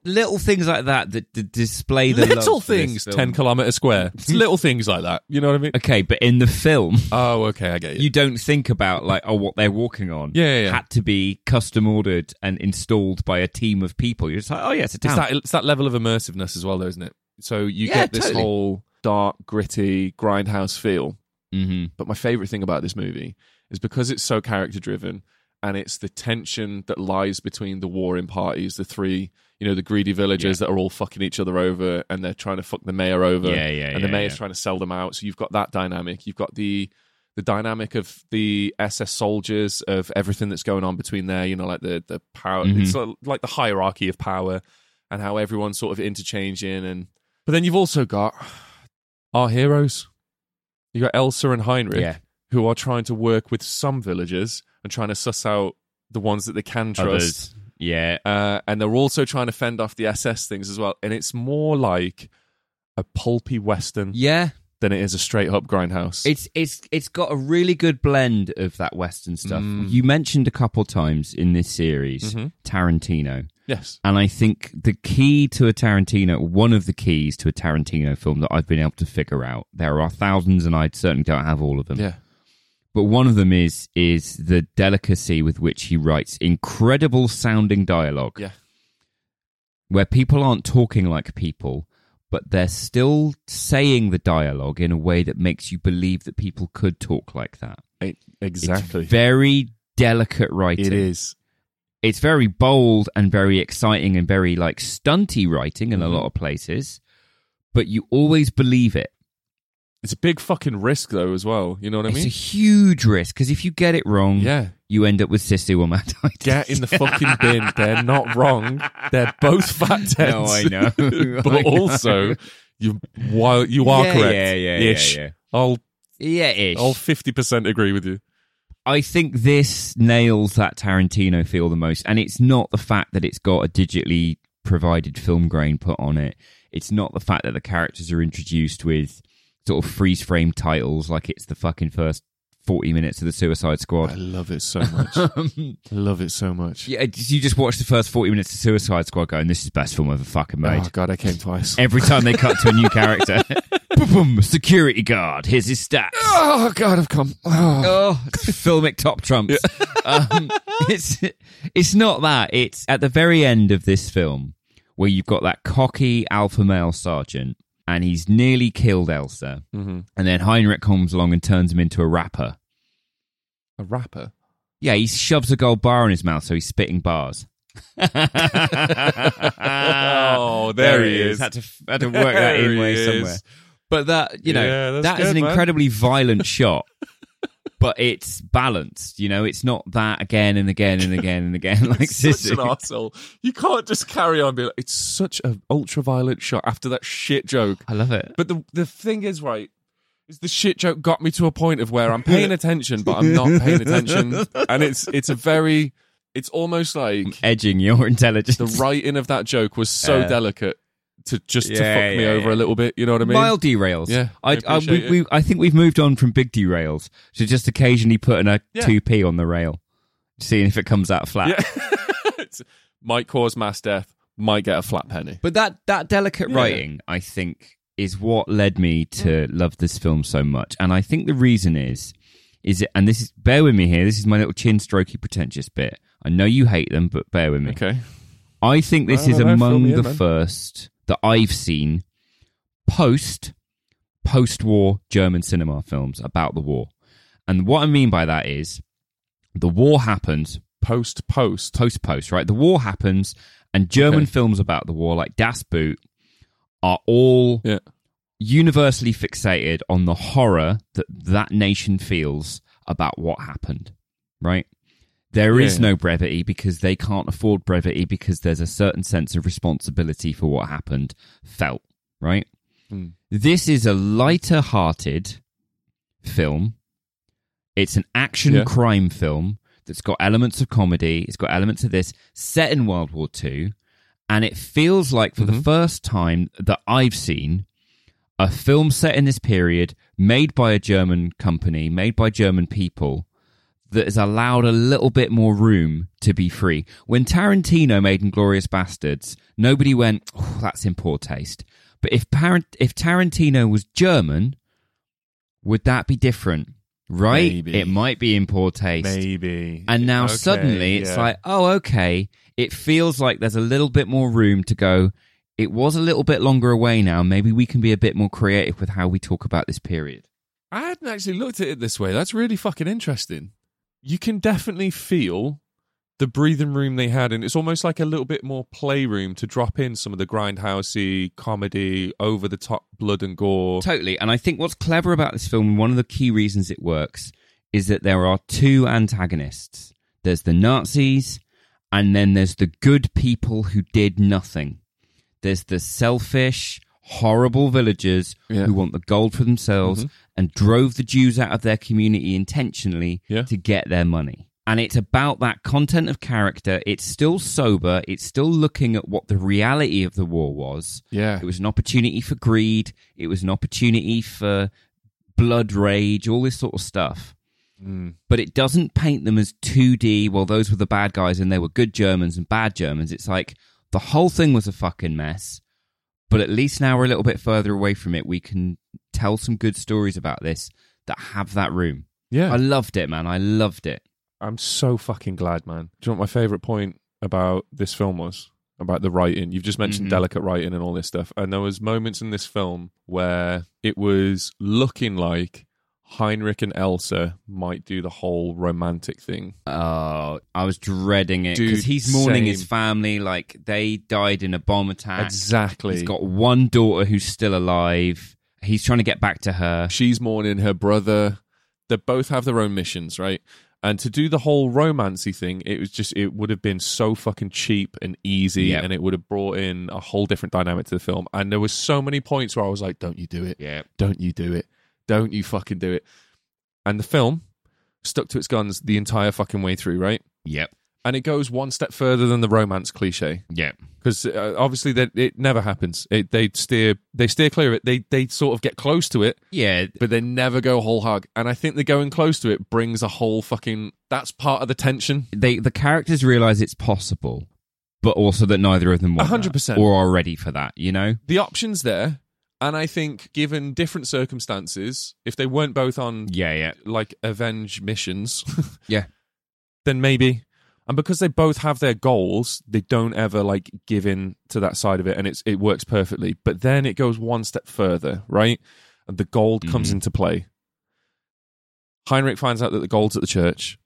C: little things like that that, that display the
B: little
C: love for this
B: things,
C: film.
B: ten kilometer square. It's little things like that. You know what I mean?
C: Okay, but in the film,
B: Oh, okay, I get you.
C: you don't think about like oh what they're walking on.
B: Yeah, yeah, yeah.
C: had to be custom ordered and installed by a team of people. You're just like oh yeah, it's a
B: It's
C: town.
B: that it's that level of immersiveness as well, though, isn't it? So you
C: Yeah,
B: get this
C: totally.
B: whole dark, gritty, grindhouse feel.
C: mm-hmm.
B: But my favorite thing about this movie is because it's so character driven and it's the tension that lies between the warring parties, the three, you know, the greedy villagers that are all fucking each other over and they're trying to fuck the mayor over.
C: Yeah, yeah,
B: And the
C: yeah,
B: mayor's
C: yeah.
B: trying to sell them out. So you've got that dynamic. You've got the the dynamic of the SS soldiers of everything that's going on between there, you know, like the the power
C: Mhm.
B: it's sort of like the hierarchy of power and how everyone's sort of interchanging and but then you've also got our heroes. You got Elsa and Heinrich
C: Yeah.
B: who are trying to work with some villagers and trying to suss out the ones that they can trust.
C: Others. Yeah.
B: Uh, and they're also trying to fend off the SS things as well. And it's more like a pulpy western
C: Yeah.
B: than it is a straight up grindhouse.
C: It's it's it's got a really good blend of that western stuff.
B: Mm.
C: You mentioned a couple times in this series
B: Mm-hmm.
C: Tarantino.
B: yes.
C: And I think the key to a Tarantino, one of the keys to a Tarantino film that I've been able to figure out, there are thousands and I certainly don't have all of them.
B: Yeah.
C: But one of them is is the delicacy with which he writes incredible sounding dialogue
B: Yeah.
C: where people aren't talking like people, but they're still saying the dialogue in a way that makes you believe that people could talk like that.
B: E-
C: It's
B: exactly.
C: very delicate writing
B: It is.
C: it's very bold and very exciting and very like stunty writing in
B: Mm-hmm.
C: a lot of places, but you always believe it.
B: It's a big fucking risk though as well. You know what I
C: it's a
B: mean?
C: huge risk because if you get it wrong,
B: Yeah.
C: you end up with Sisu or Mad
B: Get in the fucking bin. They're not wrong. They're both fat tens.
C: No, I know. I
B: but
C: know.
B: also, you while you are
C: Yeah,
B: correct.
C: yeah, yeah, yeah,
B: ish.
C: yeah.
B: I'll
C: yeah, ish.
B: I'll fifty percent agree with you.
C: I think this nails that Tarantino feel the most, and it's not the fact that it's got a digitally provided film grain put on it. It's not the fact that the characters are introduced with sort of freeze frame titles like it's the fucking first 40 minutes of the Suicide
B: I
C: Squad.
B: love it so much. I love it so much.
C: Yeah, you just watch the first 40 minutes of Suicide Squad going, this is the best film ever fucking made.
B: Oh god, I came twice.
C: Every time they cut to a new character, boom, boom, security guard, here's his stats.
B: Oh god, I've come. Oh.
C: oh, filmic top trumps. um, it's it's not that. It's at the very end of this film where you've got that cocky alpha male sergeant, and he's nearly killed Elsa,
B: Mm-hmm.
C: and then Heinrich comes along and turns him into a rapper.
B: A rapper.
C: Yeah, he shoves a gold bar in his mouth, so he's spitting bars.
B: Oh, there, he is.
C: Had to, had to work that
B: There
C: in way
B: he
C: somewhere.
B: is.
C: But that, you know,
B: Yeah, that's
C: that is
B: good,
C: an
B: man.
C: incredibly violent shot. But it's balanced, you know. It's not that again and again and again and again like
B: Such an
C: Sissy.
B: arsehole. You can't just carry on being like, it's such an ultra violent shot after that shit joke.
C: I love it.
B: But the the thing is, right, is the shit joke got me to a point of where I'm paying attention, but I'm not paying attention, and it's it's a very, it's almost like
C: Edging your intelligence.
B: the writing of that joke was so
C: Yeah.
B: delicate to just to
C: Yeah,
B: fuck me
C: yeah,
B: over
C: yeah.
B: a little bit. You know what I mean?
C: Mild derails.
B: Yeah, I
C: I, I,
B: appreciate
C: we,
B: it.
C: we, I think we've moved on from big derails to just occasionally putting a
B: Yeah.
C: 2p on the rail, seeing if it comes out flat.
B: Yeah. It's- might cause mass death. Might get a flat penny.
C: But that that delicate
B: Yeah. Mm.
C: writing, I think, is what led me to love this film so much. And I think the reason is, is it, and this is bear with me here. This is my little chin strokey pretentious bit. I know you hate them, but bear with me.
B: Okay.
C: I think this
B: No,
C: is
B: no, no, fill
C: among
B: me in,
C: the
B: man.
C: first that I've seen post post war German cinema films about the war. And what I mean by that is the war happens
B: Post post.
C: post post, right? The war happens, and German
B: Okay.
C: films about the war, like Das Boot, are all
B: Yeah.
C: universally fixated on the horror that that nation feels about what happened, right? There
B: Yeah,
C: is
B: yeah.
C: no brevity because they can't afford brevity because there's a certain sense of responsibility for what happened felt, right?
B: Mm.
C: This is a lighter hearted film. It's an action
B: Yeah.
C: crime film that's got elements of comedy, it's got elements of this set in World War II, and it feels like for the first time that I've seen a film set in this period made by a German company, made by German people that has allowed a little bit more room to be free. When Tarantino made Inglorious Bastards, nobody went, oh, that's in poor taste. But if, Parent- if Tarantino was German, would that be different? Right?
B: Maybe.
C: It might be in poor taste.
B: Maybe.
C: And now
B: Okay,
C: suddenly it's
B: yeah.
C: like, oh, okay. It feels like there's a little bit more room to go. It was a little bit longer away now. Maybe we can be a bit more creative with how we talk about this period.
B: I hadn't actually looked at it this way. That's really fucking interesting. You can definitely feel the breathing room they had, and it's almost like a little bit more playroom to drop in some of the grindhousey comedy, over the top blood and gore.
C: Totally. And I think what's clever about this film, one of the key reasons it works, is that there are two antagonists there's the Nazis, and then there's the good people who did nothing. There's the selfish, horrible villagers
B: Yeah. Mm-hmm.
C: who want the gold for themselves and drove the Jews out of their community intentionally
B: Yeah.
C: to get their money. And it's about that content of character. It's still sober. It's still looking at what the reality of the war was.
B: Yeah.
C: It was an opportunity for greed. It was an opportunity for blood rage, all this sort of stuff.
B: Mm.
C: But it doesn't paint them as 2D, well, those were the bad guys and they were good Germans and bad Germans. It's like the whole thing was a fucking mess. But at least now we're a little bit further away from it. We can tell some good stories about this that have that room.
B: Yeah.
C: I loved it, man. I loved it.
B: I'm so fucking glad, man. Do you know what my favorite point about this film was? About the writing. You've just mentioned
C: Mhm.
B: delicate writing and all this stuff. And there was moments in this film where it was looking like Heinrich and Elsa might do the whole romantic thing.
C: Oh, I was dreading it
B: Dude,
C: because he's mourning his
B: same.
C: family. Like they died in a bomb attack.
B: Exactly.
C: He's got one daughter who's still alive. He's trying to get back to her.
B: She's mourning her brother. They both have their own missions, right? And to do the whole romancy thing, it was just it would have been so fucking cheap and easy,
C: Yeah.
B: and it would have brought in a whole different dynamic to the film. And there was so many points where I was like, "Don't you do it?
C: Yeah.
B: Don't you do it? Don't you fucking do it?" And the film stuck to its guns the entire fucking way through, right?
C: Yep.
B: and it goes one step further than the romance cliche
C: Yeah.
B: because uh, obviously that it never happens. It, they steer they steer clear of it. They they sort of get close to it,
C: Yeah.
B: but they never go whole hog. And I think the going close to it brings a whole fucking that's part of the tension.
C: They the characters realize it's possible, but also that neither of them want that
B: 100%.
C: or are ready for that, you know?
B: The options there, and I think given different circumstances, if they weren't both on
C: Yeah, yeah.
B: like avenge missions,
C: Yeah.
B: then maybe. And because they both have their goals, they don't ever like give in to that side of it, and it's it works perfectly. But then it goes one step further, right? And the gold comes into play. Heinrich finds out that the gold's at the church,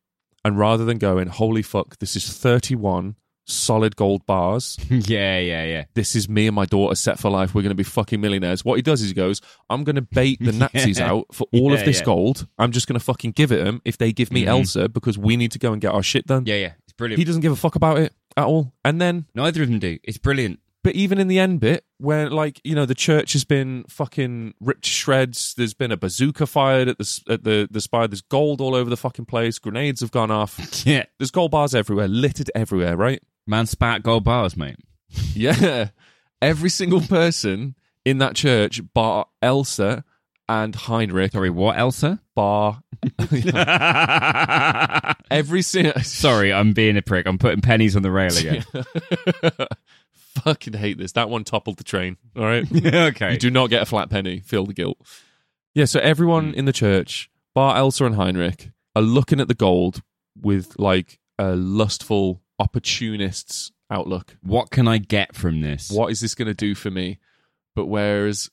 B: and rather than going, holy fuck, this is thirty-one solid gold bars.
C: yeah, yeah, yeah.
B: This is me and my daughter set for life. We're going to be fucking millionaires. What he does is he goes, I'm going to bait the Nazis out for all
C: Yeah,
B: of this
C: yeah.
B: gold. I'm just going to fucking give it them if they give me
C: Mhm.
B: Elsa because we need to go and get our shit done.
C: Yeah, yeah. It's brilliant.
B: He doesn't give a fuck about it at all. And then,
C: Neither of them do. It's brilliant.
B: but even in the end bit, where like you know the church has been fucking ripped to shreds. There's been a bazooka fired at the s- at the the spire. There's gold all over the fucking place. Grenades have gone off.
C: Yeah.
B: There's gold bars everywhere, littered everywhere. Right?
C: Man spat gold bars, mate.
B: Yeah. Every single person in that church, bar Elsa and Heinrich,
C: Sorry, what, Elsa?
B: bar every single.
C: Sorry, I'm being a prick. I'm putting pennies on the rail again.
B: Fucking hate this. That one toppled the train. All right.
C: okay.
B: You do not get a flat penny. Feel the guilt. Yeah, so everyone in the church, bar Elsa and Heinrich, are looking at the gold with like a lustful opportunist's outlook.
C: What can I get from this?
B: What is this going to do for me? But whereas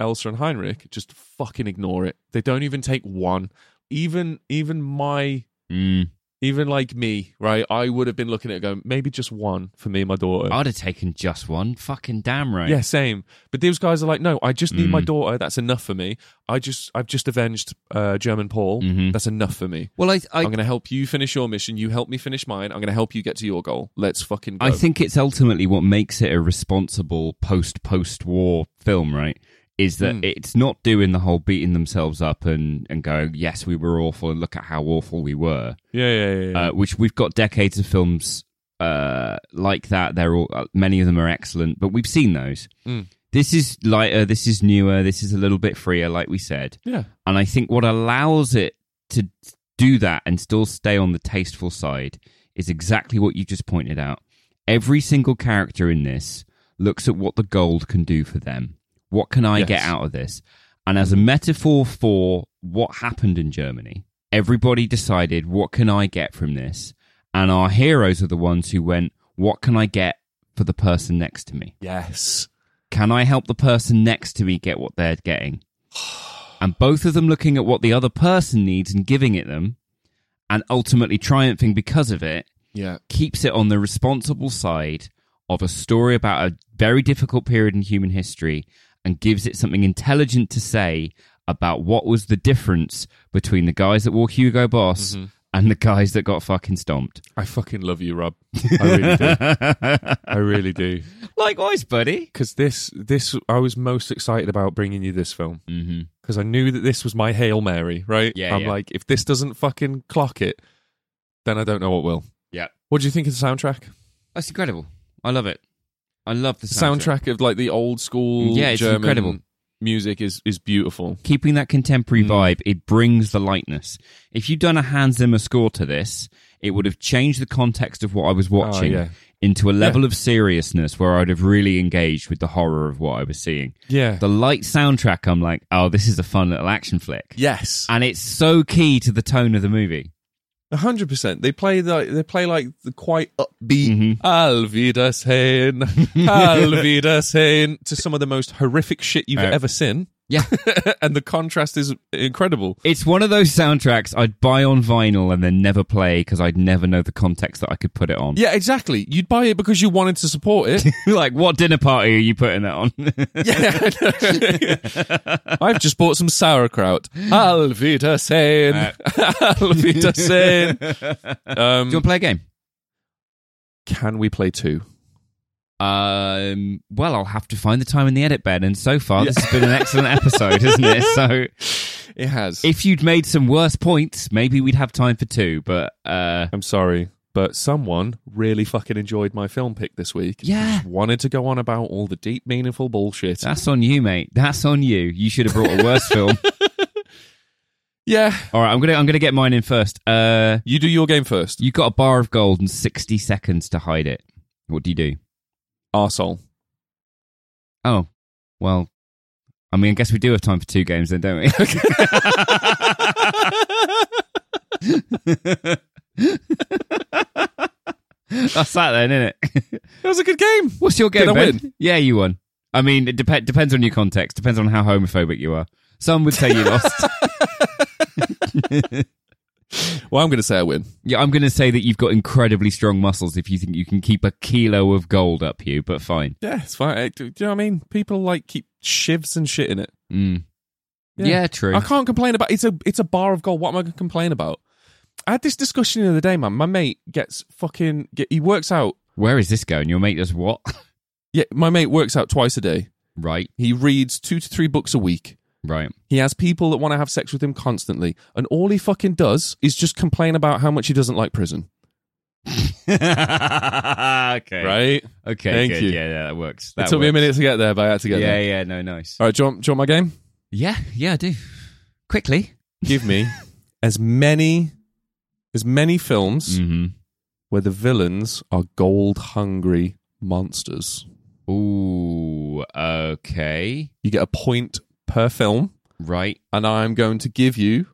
B: Elsa and Heinrich just fucking ignore it. They don't even take one. Even even my
C: Mm.
B: even like me, right? I would have been looking at it going maybe just one for me and my daughter.
C: I'd have taken just one. Fucking damn right.
B: Yeah, same. But those guys are like, no, I just need my
C: Mm.
B: daughter. That's enough for me. I just, I've just avenged uh, German Paul.
C: Mhm.
B: That's enough for me.
C: Well, I,
B: I,
C: I,
B: am going to help you finish your mission. You help me finish mine. I'm going to help you get to your goal. Let's fucking go.
C: I think it's ultimately what makes it a responsible post post war film, right? Is that
B: Mm.
C: it's not doing the whole beating themselves up and, and going, yes, we were awful and look at how awful we were.
B: yeah, yeah, yeah. yeah.
C: Uh, which we've got decades of films uh, like that. They're all uh, many of them are excellent, but we've seen those.
B: Mm.
C: This is lighter. This is newer. This is a little bit freer, like we said.
B: yeah.
C: And I think what allows it to do that and still stay on the tasteful side is exactly what you just pointed out. Every single character in this looks at what the gold can do for them. What can I
B: Yes.
C: get out of this? And as a metaphor for what happened in Germany, everybody decided, what can I get from this? And our heroes are the ones who went, what can I get for the person next to me?
B: Yes.
C: Can I help the person next to me get what they're getting? And both of them looking at what the other person needs and giving it them, and ultimately triumphing because of it,
B: Yeah.
C: keeps it on the responsible side of a story about a very difficult period in human history and gives it something intelligent to say about what was the difference between the guys that wore Hugo Boss and the guys that got fucking stomped.
B: I fucking love you, Rob. I really do. I really do.
C: Likewise, buddy.
B: Because this, this, I was most excited about bringing you this film.
C: Mm-hmm.
B: because I knew that this was my Hail Mary, right?
C: Yeah,
B: I'm
C: yeah.
B: like, if this doesn't fucking clock it, then I don't know what will.
C: Yeah.
B: What do you think of the soundtrack?
C: That's incredible. I love it. I love the
B: The
C: soundtrack. Mm,
B: soundtrack of like the old school
C: Yeah, it's
B: German
C: incredible.
B: music is is beautiful.
C: Keeping that contemporary
B: Mm.
C: vibe, it brings the lightness. If you'd done a Hans Zimmer score to this, it would have changed the context of what I was watching
B: Oh, yeah.
C: into a level of seriousness where I'd have really engaged with the horror of what I was seeing.
B: Yeah.
C: The light soundtrack, I'm like, oh, this is a fun little action flick.
B: yes.
C: And it's so key to the tone of the movie.
B: hundred percent. They play the they play like the quite upbeat
C: Mhm.
B: Al Wiedersehen. Al Wiedersehen to some of the most horrific shit you've
C: Uh,
B: ever seen.
C: yeah.
B: and the contrast is incredible.
C: It's one of those soundtracks I'd buy on vinyl and then never play because I'd never know the context that I could put it on.
B: Yeah, exactly. You'd buy it because you wanted to support it.
C: like, what dinner party are you putting that on?
B: Yeah, I know. I've just bought some sauerkraut. Al Wiedersehen. Al Wiedersehen.
C: Do you
B: Um,
C: want to play a game?
B: can we play two?
C: Um, well, I'll have to find the time in the edit bed, and so far this has been an excellent episode, isn't it? So,
B: It has.
C: if you'd made some worse points, maybe we'd have time for two. But uh,
B: I'm sorry, But someone really fucking enjoyed my film pick this week.
C: Yeah.
B: Just wanted to go on about all the deep, meaningful bullshit.
C: That's on you, mate. That's on you. You should have brought a worse film.
B: yeah.
C: All right, I'm gonna I'm gonna get mine in first. Uh,
B: You do your game first.
C: you got a bar of gold and 60 seconds to hide it. What do you do?
B: Arsehole.
C: Oh, well, I mean, I guess we do have time for two games then, don't we? That's that then, isn't it?
B: That was a good game.
C: What's your game,
B: Did I
C: Ben?
B: win?
C: Yeah, you won. I mean, it dep- depends on your context. Depends on how homophobic you are. Some would say you lost.
B: Well, I'm going to say I win.
C: Yeah, I'm going to say that you've got incredibly strong muscles if you think you can keep a kilo of gold up you, but fine.
B: Yeah, it's fine. Eh, Do, do you know what I mean? People like keep shivs and shit in it.
C: Mm.
B: Yeah.
C: Yeah. true.
B: I can't complain about it's a it's a bar of gold. What am I going to complain about? I had this discussion the other day, man. My mate gets fucking get, he works out.
C: Where is this going? Your mate does what?
B: Yeah, my mate works out twice a day.
C: right,
B: He reads two to three books a week.
C: right.
B: He has people that want to have sex with him constantly, and all he fucking does is just complain about how much he doesn't like prison.
C: okay.
B: Right?
C: Okay.
B: Thank
C: good.
B: you.
C: Yeah, yeah, that works.
B: It
C: That
B: took me a
C: works.
B: minute to get there, but I had to get
C: Yeah,
B: there.
C: yeah, no, nice.
B: All right, do you, want, do you want my game?
C: Yeah, yeah, I do. Quickly.
B: Give me as many as many films
C: Mm-hmm.
B: where the villains are gold hungry monsters.
C: Ooh, okay.
B: You get a point per film,
C: Right.
B: and I'm going to give you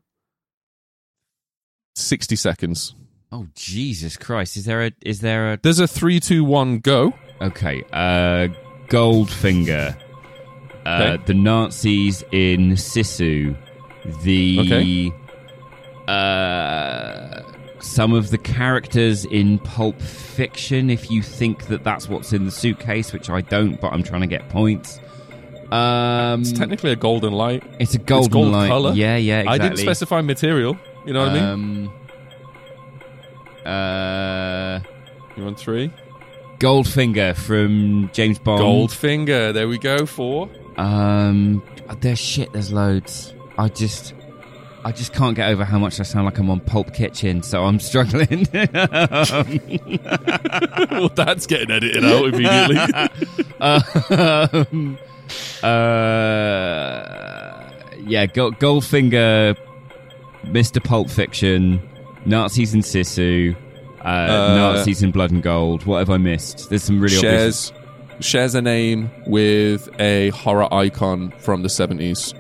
B: 60 seconds.
C: Oh, Jesus Christ. Is there a, is there a,
B: There's a three, two, one, go.
C: Okay, uh, Goldfinger. Uh,
B: Okay.
C: The Nazis in Sisu. The.
B: Okay.
C: Uh, some of the characters in Pulp Fiction, if you think that that's what's in the suitcase, which I don't, but I'm trying to get points. Um,
B: It's technically a golden light.
C: it's a golden
B: gold
C: light.
B: colour.
C: Yeah, yeah,
B: I
C: exactly.
B: didn't specify material. You know what I mean?
C: Um, uh,
B: You want three?
C: Goldfinger from James
B: um,
C: Bond.
B: Goldfinger. There we go. Four.
C: Um, there's shit. There's loads. I just, I just can't get over how much I sound like I'm on Pulp Kitchen, so I'm struggling.
B: well, that's getting edited out immediately.
C: um, uh, yeah, Go- Goldfinger, Mr. Pulp Fiction, Nazis in Sisu, uh, Nazis in Blood and Gold. What have I missed? There's some really obvious.
B: shares shares a name with a horror icon from the 70s.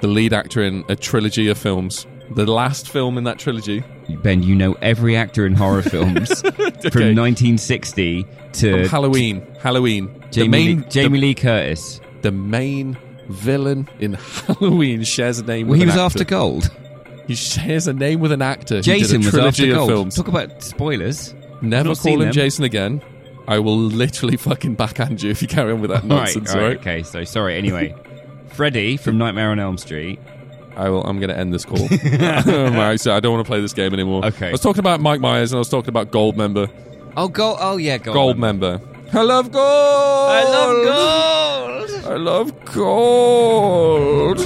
B: The lead actor in a trilogy of films. The last film in that trilogy.
C: Ben, you know every actor in horror films
B: Okay.
C: from 1960
B: From
C: to
B: Halloween. Halloween.
C: Uh, Jamie,
B: the main
C: Lee, Jamie Lee Curtis.
B: the, the main villain in Halloween shares a name
C: Well,
B: with
C: he
B: an
C: was
B: actor.
C: after Gold.
B: He shares a name with an actor. who did a
C: Jason was after
B: trilogy of
C: Gold.
B: films.
C: Talk about spoilers.
B: Never call
C: Not seen
B: him
C: them.
B: Jason again. I will literally fucking backhand you if you carry on with that nonsense,
C: all right,
B: all right?
C: Okay, so sorry. Anyway, Freddy from Nightmare on Elm Street.
B: I will, I'm going to end this call. Um, I said I don't want to play this game anymore.
C: Okay.
B: I was talking about Mike Myers and I was talking about Gold Member.
C: Oh, Gold. Oh, yeah, Gold.
B: Gold Member. I love gold. I
C: love Gold.
B: I love gold.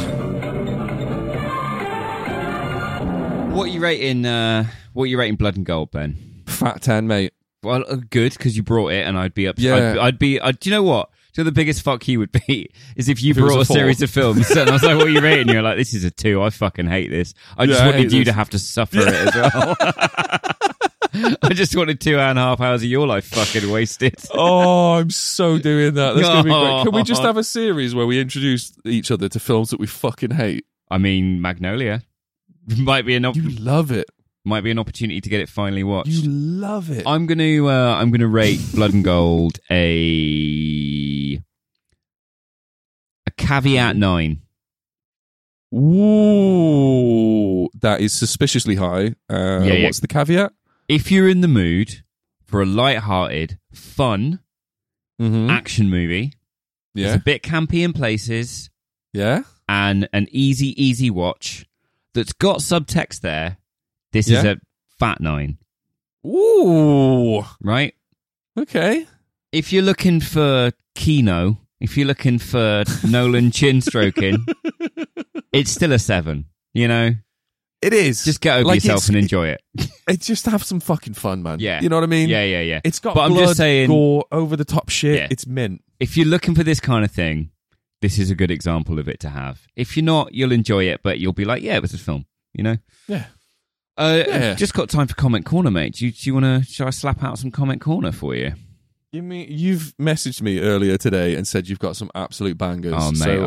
C: What you rating? Uh, what you rating? Blood and Gold, Ben?
B: Fat ten, mate.
C: Well, uh, good because you brought it, and I'd be up.
B: Yeah.
C: I'd, I'd be. I'd, do you know what? Do you know the biggest fuck he would be is if you
B: it was
C: brought
B: a
C: a,
B: four.
C: series of films and I was like, "What are you rating?" You're like, "This is a two. I fucking hate this. I just
B: Yeah, I
C: wanted
B: hate
C: you
B: this.
C: to have to suffer it as well. I just wanted two and a half hours of your life fucking wasted."
B: Oh, I'm so doing that. That's going to be great. Can we just
C: God.
B: have a series where we introduce each other to films that we fucking hate?
C: I mean, Magnolia might be an op-
B: You love it.
C: might be an opportunity to get it finally watched.
B: You love it.
C: I'm gonna uh, I'm gonna rate Blood and Gold a a caveat nine.
B: Ooh, that is suspiciously high. Uh,
C: Yeah, yeah.
B: What's the caveat?
C: If you're in the mood for a light-hearted, fun
B: Mm-hmm.
C: action movie,
B: yeah,
C: it's a bit campy in places
B: yeah.
C: and an easy, easy watch that's got subtext there. This is
B: Yeah.
C: a fat nine,
B: Ooh,
C: right?
B: okay.
C: if you're looking for Kino, if you're looking for Nolan chin stroking, it's still a seven. You know,
B: It is.
C: Just get over
B: Like,
C: yourself
B: it's-
C: and enjoy it.
B: It just have some fucking fun, man.
C: Yeah.
B: You know what I mean?
C: Yeah, yeah, yeah.
B: It's got
C: But I'm
B: blood,
C: just saying-
B: gore, over the top shit.
C: Yeah.
B: It's mint.
C: if you're looking for this kind of thing, this is a good example of it to have. If you're not, you'll enjoy it, but you'll be like, yeah, it was a film, you know?
B: Yeah.
C: Uh,
B: Yeah.
C: Just got time for comment corner, mate. Do you, do you want to? Shall I slap out some comment corner for you?
B: You mean you've messaged me earlier today and said you've got some absolute bangers.
C: Oh, mate,
B: so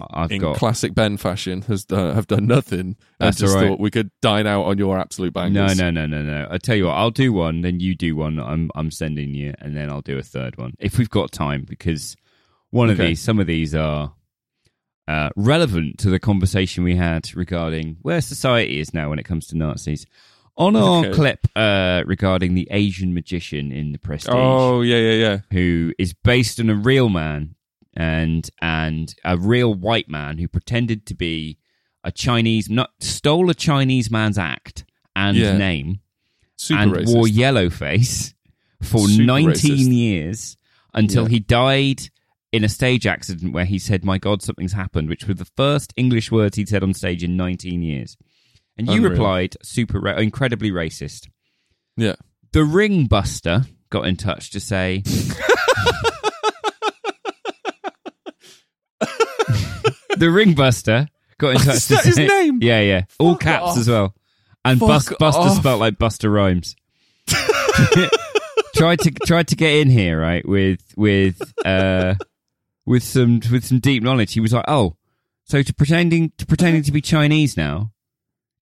B: I,
C: I've
B: in
C: got-
B: classic Ben fashion, has done, have done nothing.
C: That's
B: I just
C: all right.
B: thought we could dine out on your absolute
C: No,
B: bangers.
C: no, no, no, no. I tell you what, I'll do one, then you do one. that I'm I'm sending you, and then I'll do a third one if we've got time, because one of
B: Okay.
C: these, some of these are uh, relevant to the conversation we had regarding where society is now when it comes to Nazis. On our
B: Okay.
C: clip uh, regarding the Asian magician in the Prestige,
B: Oh yeah, yeah, yeah.
C: who is based on a real man and and a real white man who pretended to be a Chinese, not stole a Chinese man's act and
B: Yeah.
C: name
B: Super
C: and
B: racist.
C: wore yellow face for
B: Super
C: 19
B: racist.
C: years until
B: Yeah.
C: he died in a stage accident where he said, My God, something's happened, which were the first English words he'd said on stage in 19 years. And you
B: Unreal.
C: replied, super ra- incredibly racist.
B: yeah.
C: The Ring Buster got in touch to say, The Ring Buster got in touch
B: Is
C: to
B: that
C: say,
B: his name?
C: Yeah, yeah, all
B: Fuck
C: caps
B: off.
C: as well, and
B: Fuck
C: Bus- Buster
B: off.
C: spelt like Buster Rhymes. tried to tried to get in here right with with uh with some with some deep knowledge. He was like, oh, so to pretending to pretending to be Chinese now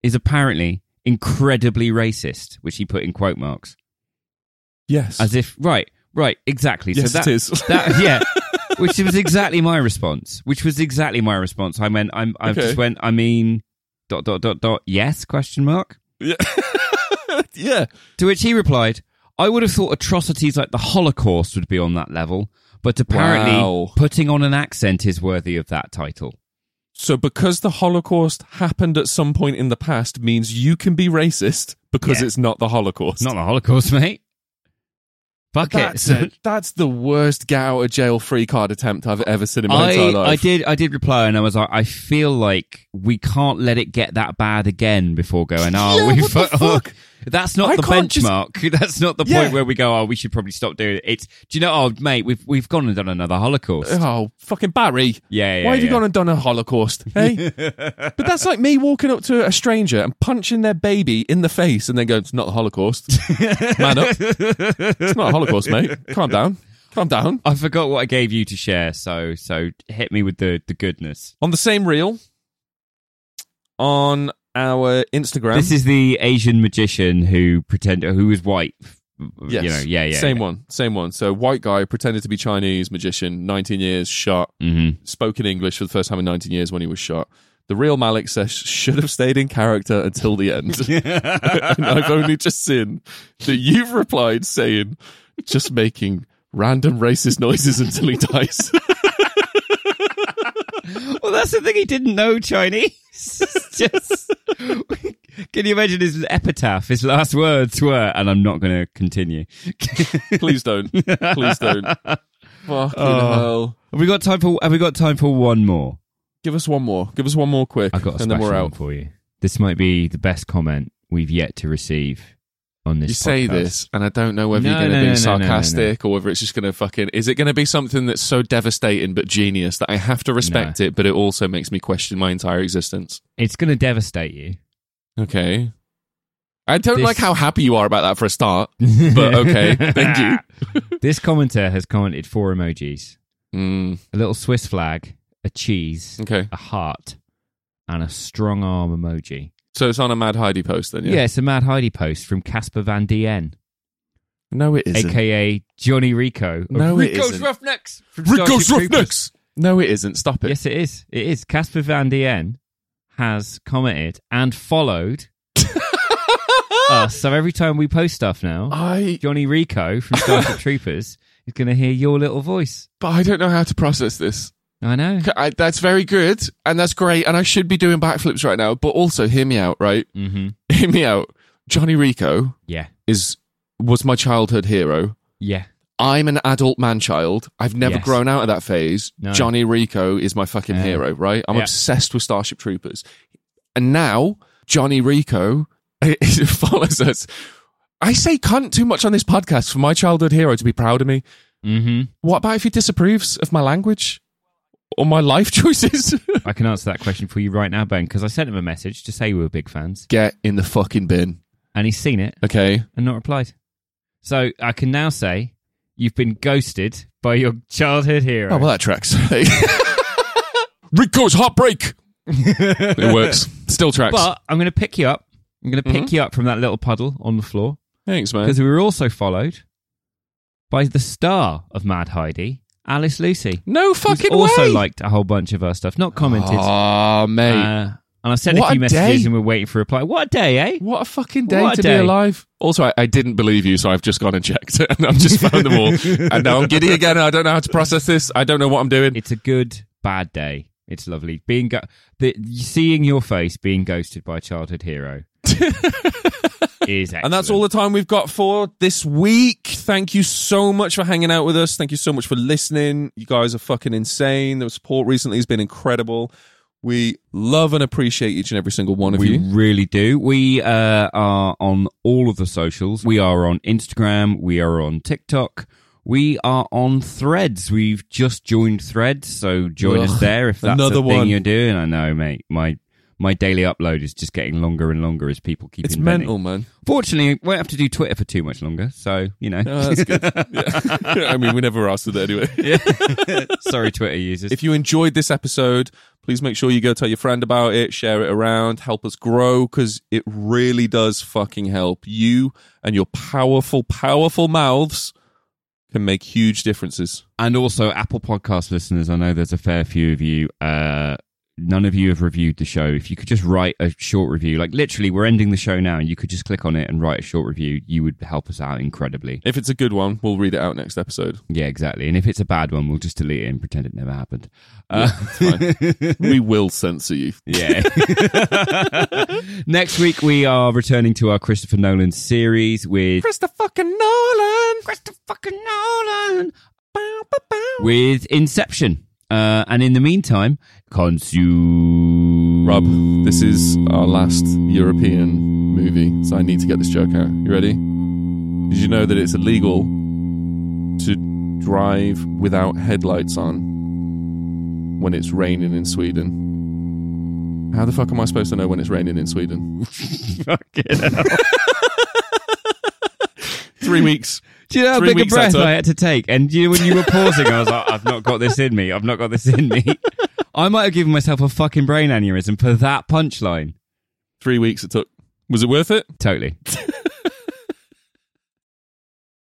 C: is apparently incredibly racist, which he put in quote marks.
B: Yes.
C: As if right, right, exactly.
B: Yes,
C: so that
B: it is.
C: that yeah. Which was exactly my response. Which was exactly my response. I meant I'm I
B: Okay.
C: just went, I mean dot dot dot dot yes question mark.
B: yeah.
C: To which he replied, I would have thought atrocities like the Holocaust would be on that level, but apparently
B: Wow.
C: putting on an accent is worthy of that title.
B: So because the Holocaust happened at some point in the past means you can be racist because
C: Yeah.
B: it's not the Holocaust.
C: It's not the Holocaust, mate. Fuck it.
B: That's, a- that's the worst get out of jail free card attempt I've ever seen in my
C: I,
B: entire life.
C: I did I did reply and I was like I feel like we can't let it get that bad again before going oh
B: Yeah,
C: we
B: what the
C: fu- oh,
B: fuck?
C: that's not
B: I
C: the
B: can't just-
C: benchmark that's not the
B: Yeah.
C: point where we go oh we should probably stop doing it it's do you know oh mate we've we've gone and done another holocaust
B: Oh, fucking Barry.
C: yeah, yeah
B: Why have you
C: yeah.
B: gone and done a Holocaust? Hey? but that's like me walking up to a stranger and punching their baby in the face and then going, it's not the Holocaust. Man up. It's not a Holocaust, mate. Calm down. Calm down.
C: I forgot what I gave you to share so so hit me with the the goodness
B: On the same reel, on our Instagram.
C: this is the Asian magician who pretend who was white
B: Yes.
C: you know yeah yeah
B: Same one. Same one. So white guy pretended to be Chinese magician, 19 years, shot,
C: hmm
B: spoken English for the first time in 19 years when he was shot. The real Malik says should have stayed in character until the end. and I've only just seen that you've replied saying just making random racist noises until he dies.
C: Well, that's the thing. He didn't know Chinese. Just, can you imagine his epitaph? His last words were, and I'm not going to continue. Have
B: Please don't. Please don't. Fucking
C: Oh.
B: hell.
C: we got time for? Have we got time for one more?
B: Give us one more. Give us one more quick.
C: I've got a
B: and then
C: special
B: we're
C: one
B: out.
C: for you. This might be the best comment we've yet to receive on this.
B: You say
C: podcast.
B: this, and I don't know whether
C: No,
B: you're going
C: no,
B: to
C: no, no, no, no,
B: be
C: no.
B: sarcastic or whether it's just going to fucking. Is it going to be something that's so devastating but genius that I have to respect it, but it also makes me question my entire existence?
C: It's going to devastate you.
B: Okay. I don't
C: This-
B: like how happy you are about that for a start, but okay, thank you.
C: this commenter has commented four emojis:
B: Mm,
C: a little Swiss flag, a cheese,
B: okay.
C: a heart, and a strong arm emoji.
B: So it's on a Mad Heidi post then, yeah?
C: Yeah. it's a Mad Heidi post from Casper Van Dien,
B: No, it isn't.
C: aka Johnny Rico. of
B: No, it
C: Rico's
B: isn't.
C: Roughnecks. from
B: Rico's
C: Starship Troopers.
B: Roughnecks! No, it isn't. Stop it.
C: Yes, it is. It is. Casper Van Dien has commented and followed us. So every time we post stuff now,
B: I,
C: Johnny Rico from Starship Troopers is going to hear your little voice.
B: but I don't know how to process this.
C: I know.
B: C- I, that's very good, and that's great, and I should be doing backflips right now, but also, hear me out, right?
C: Mm-hmm.
B: hear me out. Johnny Rico
C: Yeah.
B: is was my childhood hero.
C: Yeah.
B: I'm an adult man child. I've never
C: Yes.
B: grown out of that phase.
C: No.
B: Johnny Rico is my fucking
C: Yeah.
B: hero, right? I'm
C: Yeah.
B: obsessed with Starship Troopers. And now Johnny Rico follows us. I say cunt too much on this podcast for my childhood hero to be proud of me.
C: hmm
B: What about if he disapproves of my language or my life choices?
C: I can answer that question for you right now, Ben, because I sent him a message to say we were big fans,
B: Get in the fucking bin.
C: and he's seen it
B: Okay.
C: and not replied. So I can now say you've been ghosted by your childhood hero.
B: Oh, well, that tracks. Rico's heartbreak. it works. Still tracks.
C: but I'm going to pick you up. I'm going to pick you up from that little puddle on the floor
B: Thanks, man.
C: because we were also followed by the star of Mad Heidi, Alice Lucy.
B: No
C: who's
B: fucking
C: also
B: way.
C: liked a whole bunch of our stuff, not commented.
B: Ah, mate.
C: Uh, and I've sent a
B: What a
C: few messages
B: day.
C: and we're waiting for a reply. What a day, eh?
B: What a fucking day
C: What a
B: to
C: day.
B: be alive. Also, I, I didn't believe you, so I've just gone and checked and I've just found them all. and now I'm giddy again. and I don't know how to process this. I don't know what I'm doing.
C: It's a good, bad day. It's lovely. Being go- the, seeing your face being ghosted by a childhood hero is excellent.
B: And that's all the time we've got for this week. Thank you so much for hanging out with us. Thank you so much for listening. You guys are fucking insane. The support recently has been incredible. We love and appreciate each and every single one of
C: we
B: you.
C: really do. We uh, are on all of the socials. We are on Instagram. We are on TikTok. We are on Threads. We've just joined Threads, so join us
B: Ugh,
C: there if that's
B: another
C: the thing
B: one.
C: you're doing. I know, mate. My my daily upload is just getting longer and longer as people keep
B: It's
C: inventing.
B: mental, man.
C: Fortunately, we won't have to do Twitter for too much longer. So you know,
B: Oh, that's good. Yeah. I mean, we never asked for that anyway.
C: sorry, Twitter users.
B: If you enjoyed this episode, please make sure you go tell your friend about it, share it around, help us grow because it really does fucking help. You and your powerful, powerful mouths can make huge differences.
C: and also Apple Podcast listeners, I know there's a fair few of you. Uh, none of you have reviewed the show. If you could just write a short review, like literally, we're ending the show now, and you could just click on it and write a short review, you would help us out incredibly.
B: If it's a good one, we'll read it out next episode.
C: Yeah, exactly. And if it's a bad one, we'll just delete it and pretend it never happened. Uh,
B: we will censor you.
C: Yeah. Next week we are returning to our Christopher Nolan series with
B: Christopher fucking Nolan.
C: Christopher Nolan Bow, bow, bow. with Inception. Uh, and in the meantime, consume.
B: Rob, this is our last European movie, so I need to get this joke out. You ready? Did you know that it's illegal to drive without headlights on when it's raining in Sweden? How the fuck am I supposed to know when it's raining in Sweden?
C: Fucking hell.
B: Three weeks.
C: Do you know how
B: Three
C: big a
B: weeks
C: breath
B: later.
C: I had to take? And you, when you were pausing, I was like, I've not got this in me. I've not got this in me. I might have given myself a fucking brain aneurysm for that punchline.
B: Three weeks it took. Was it worth it?
C: Totally.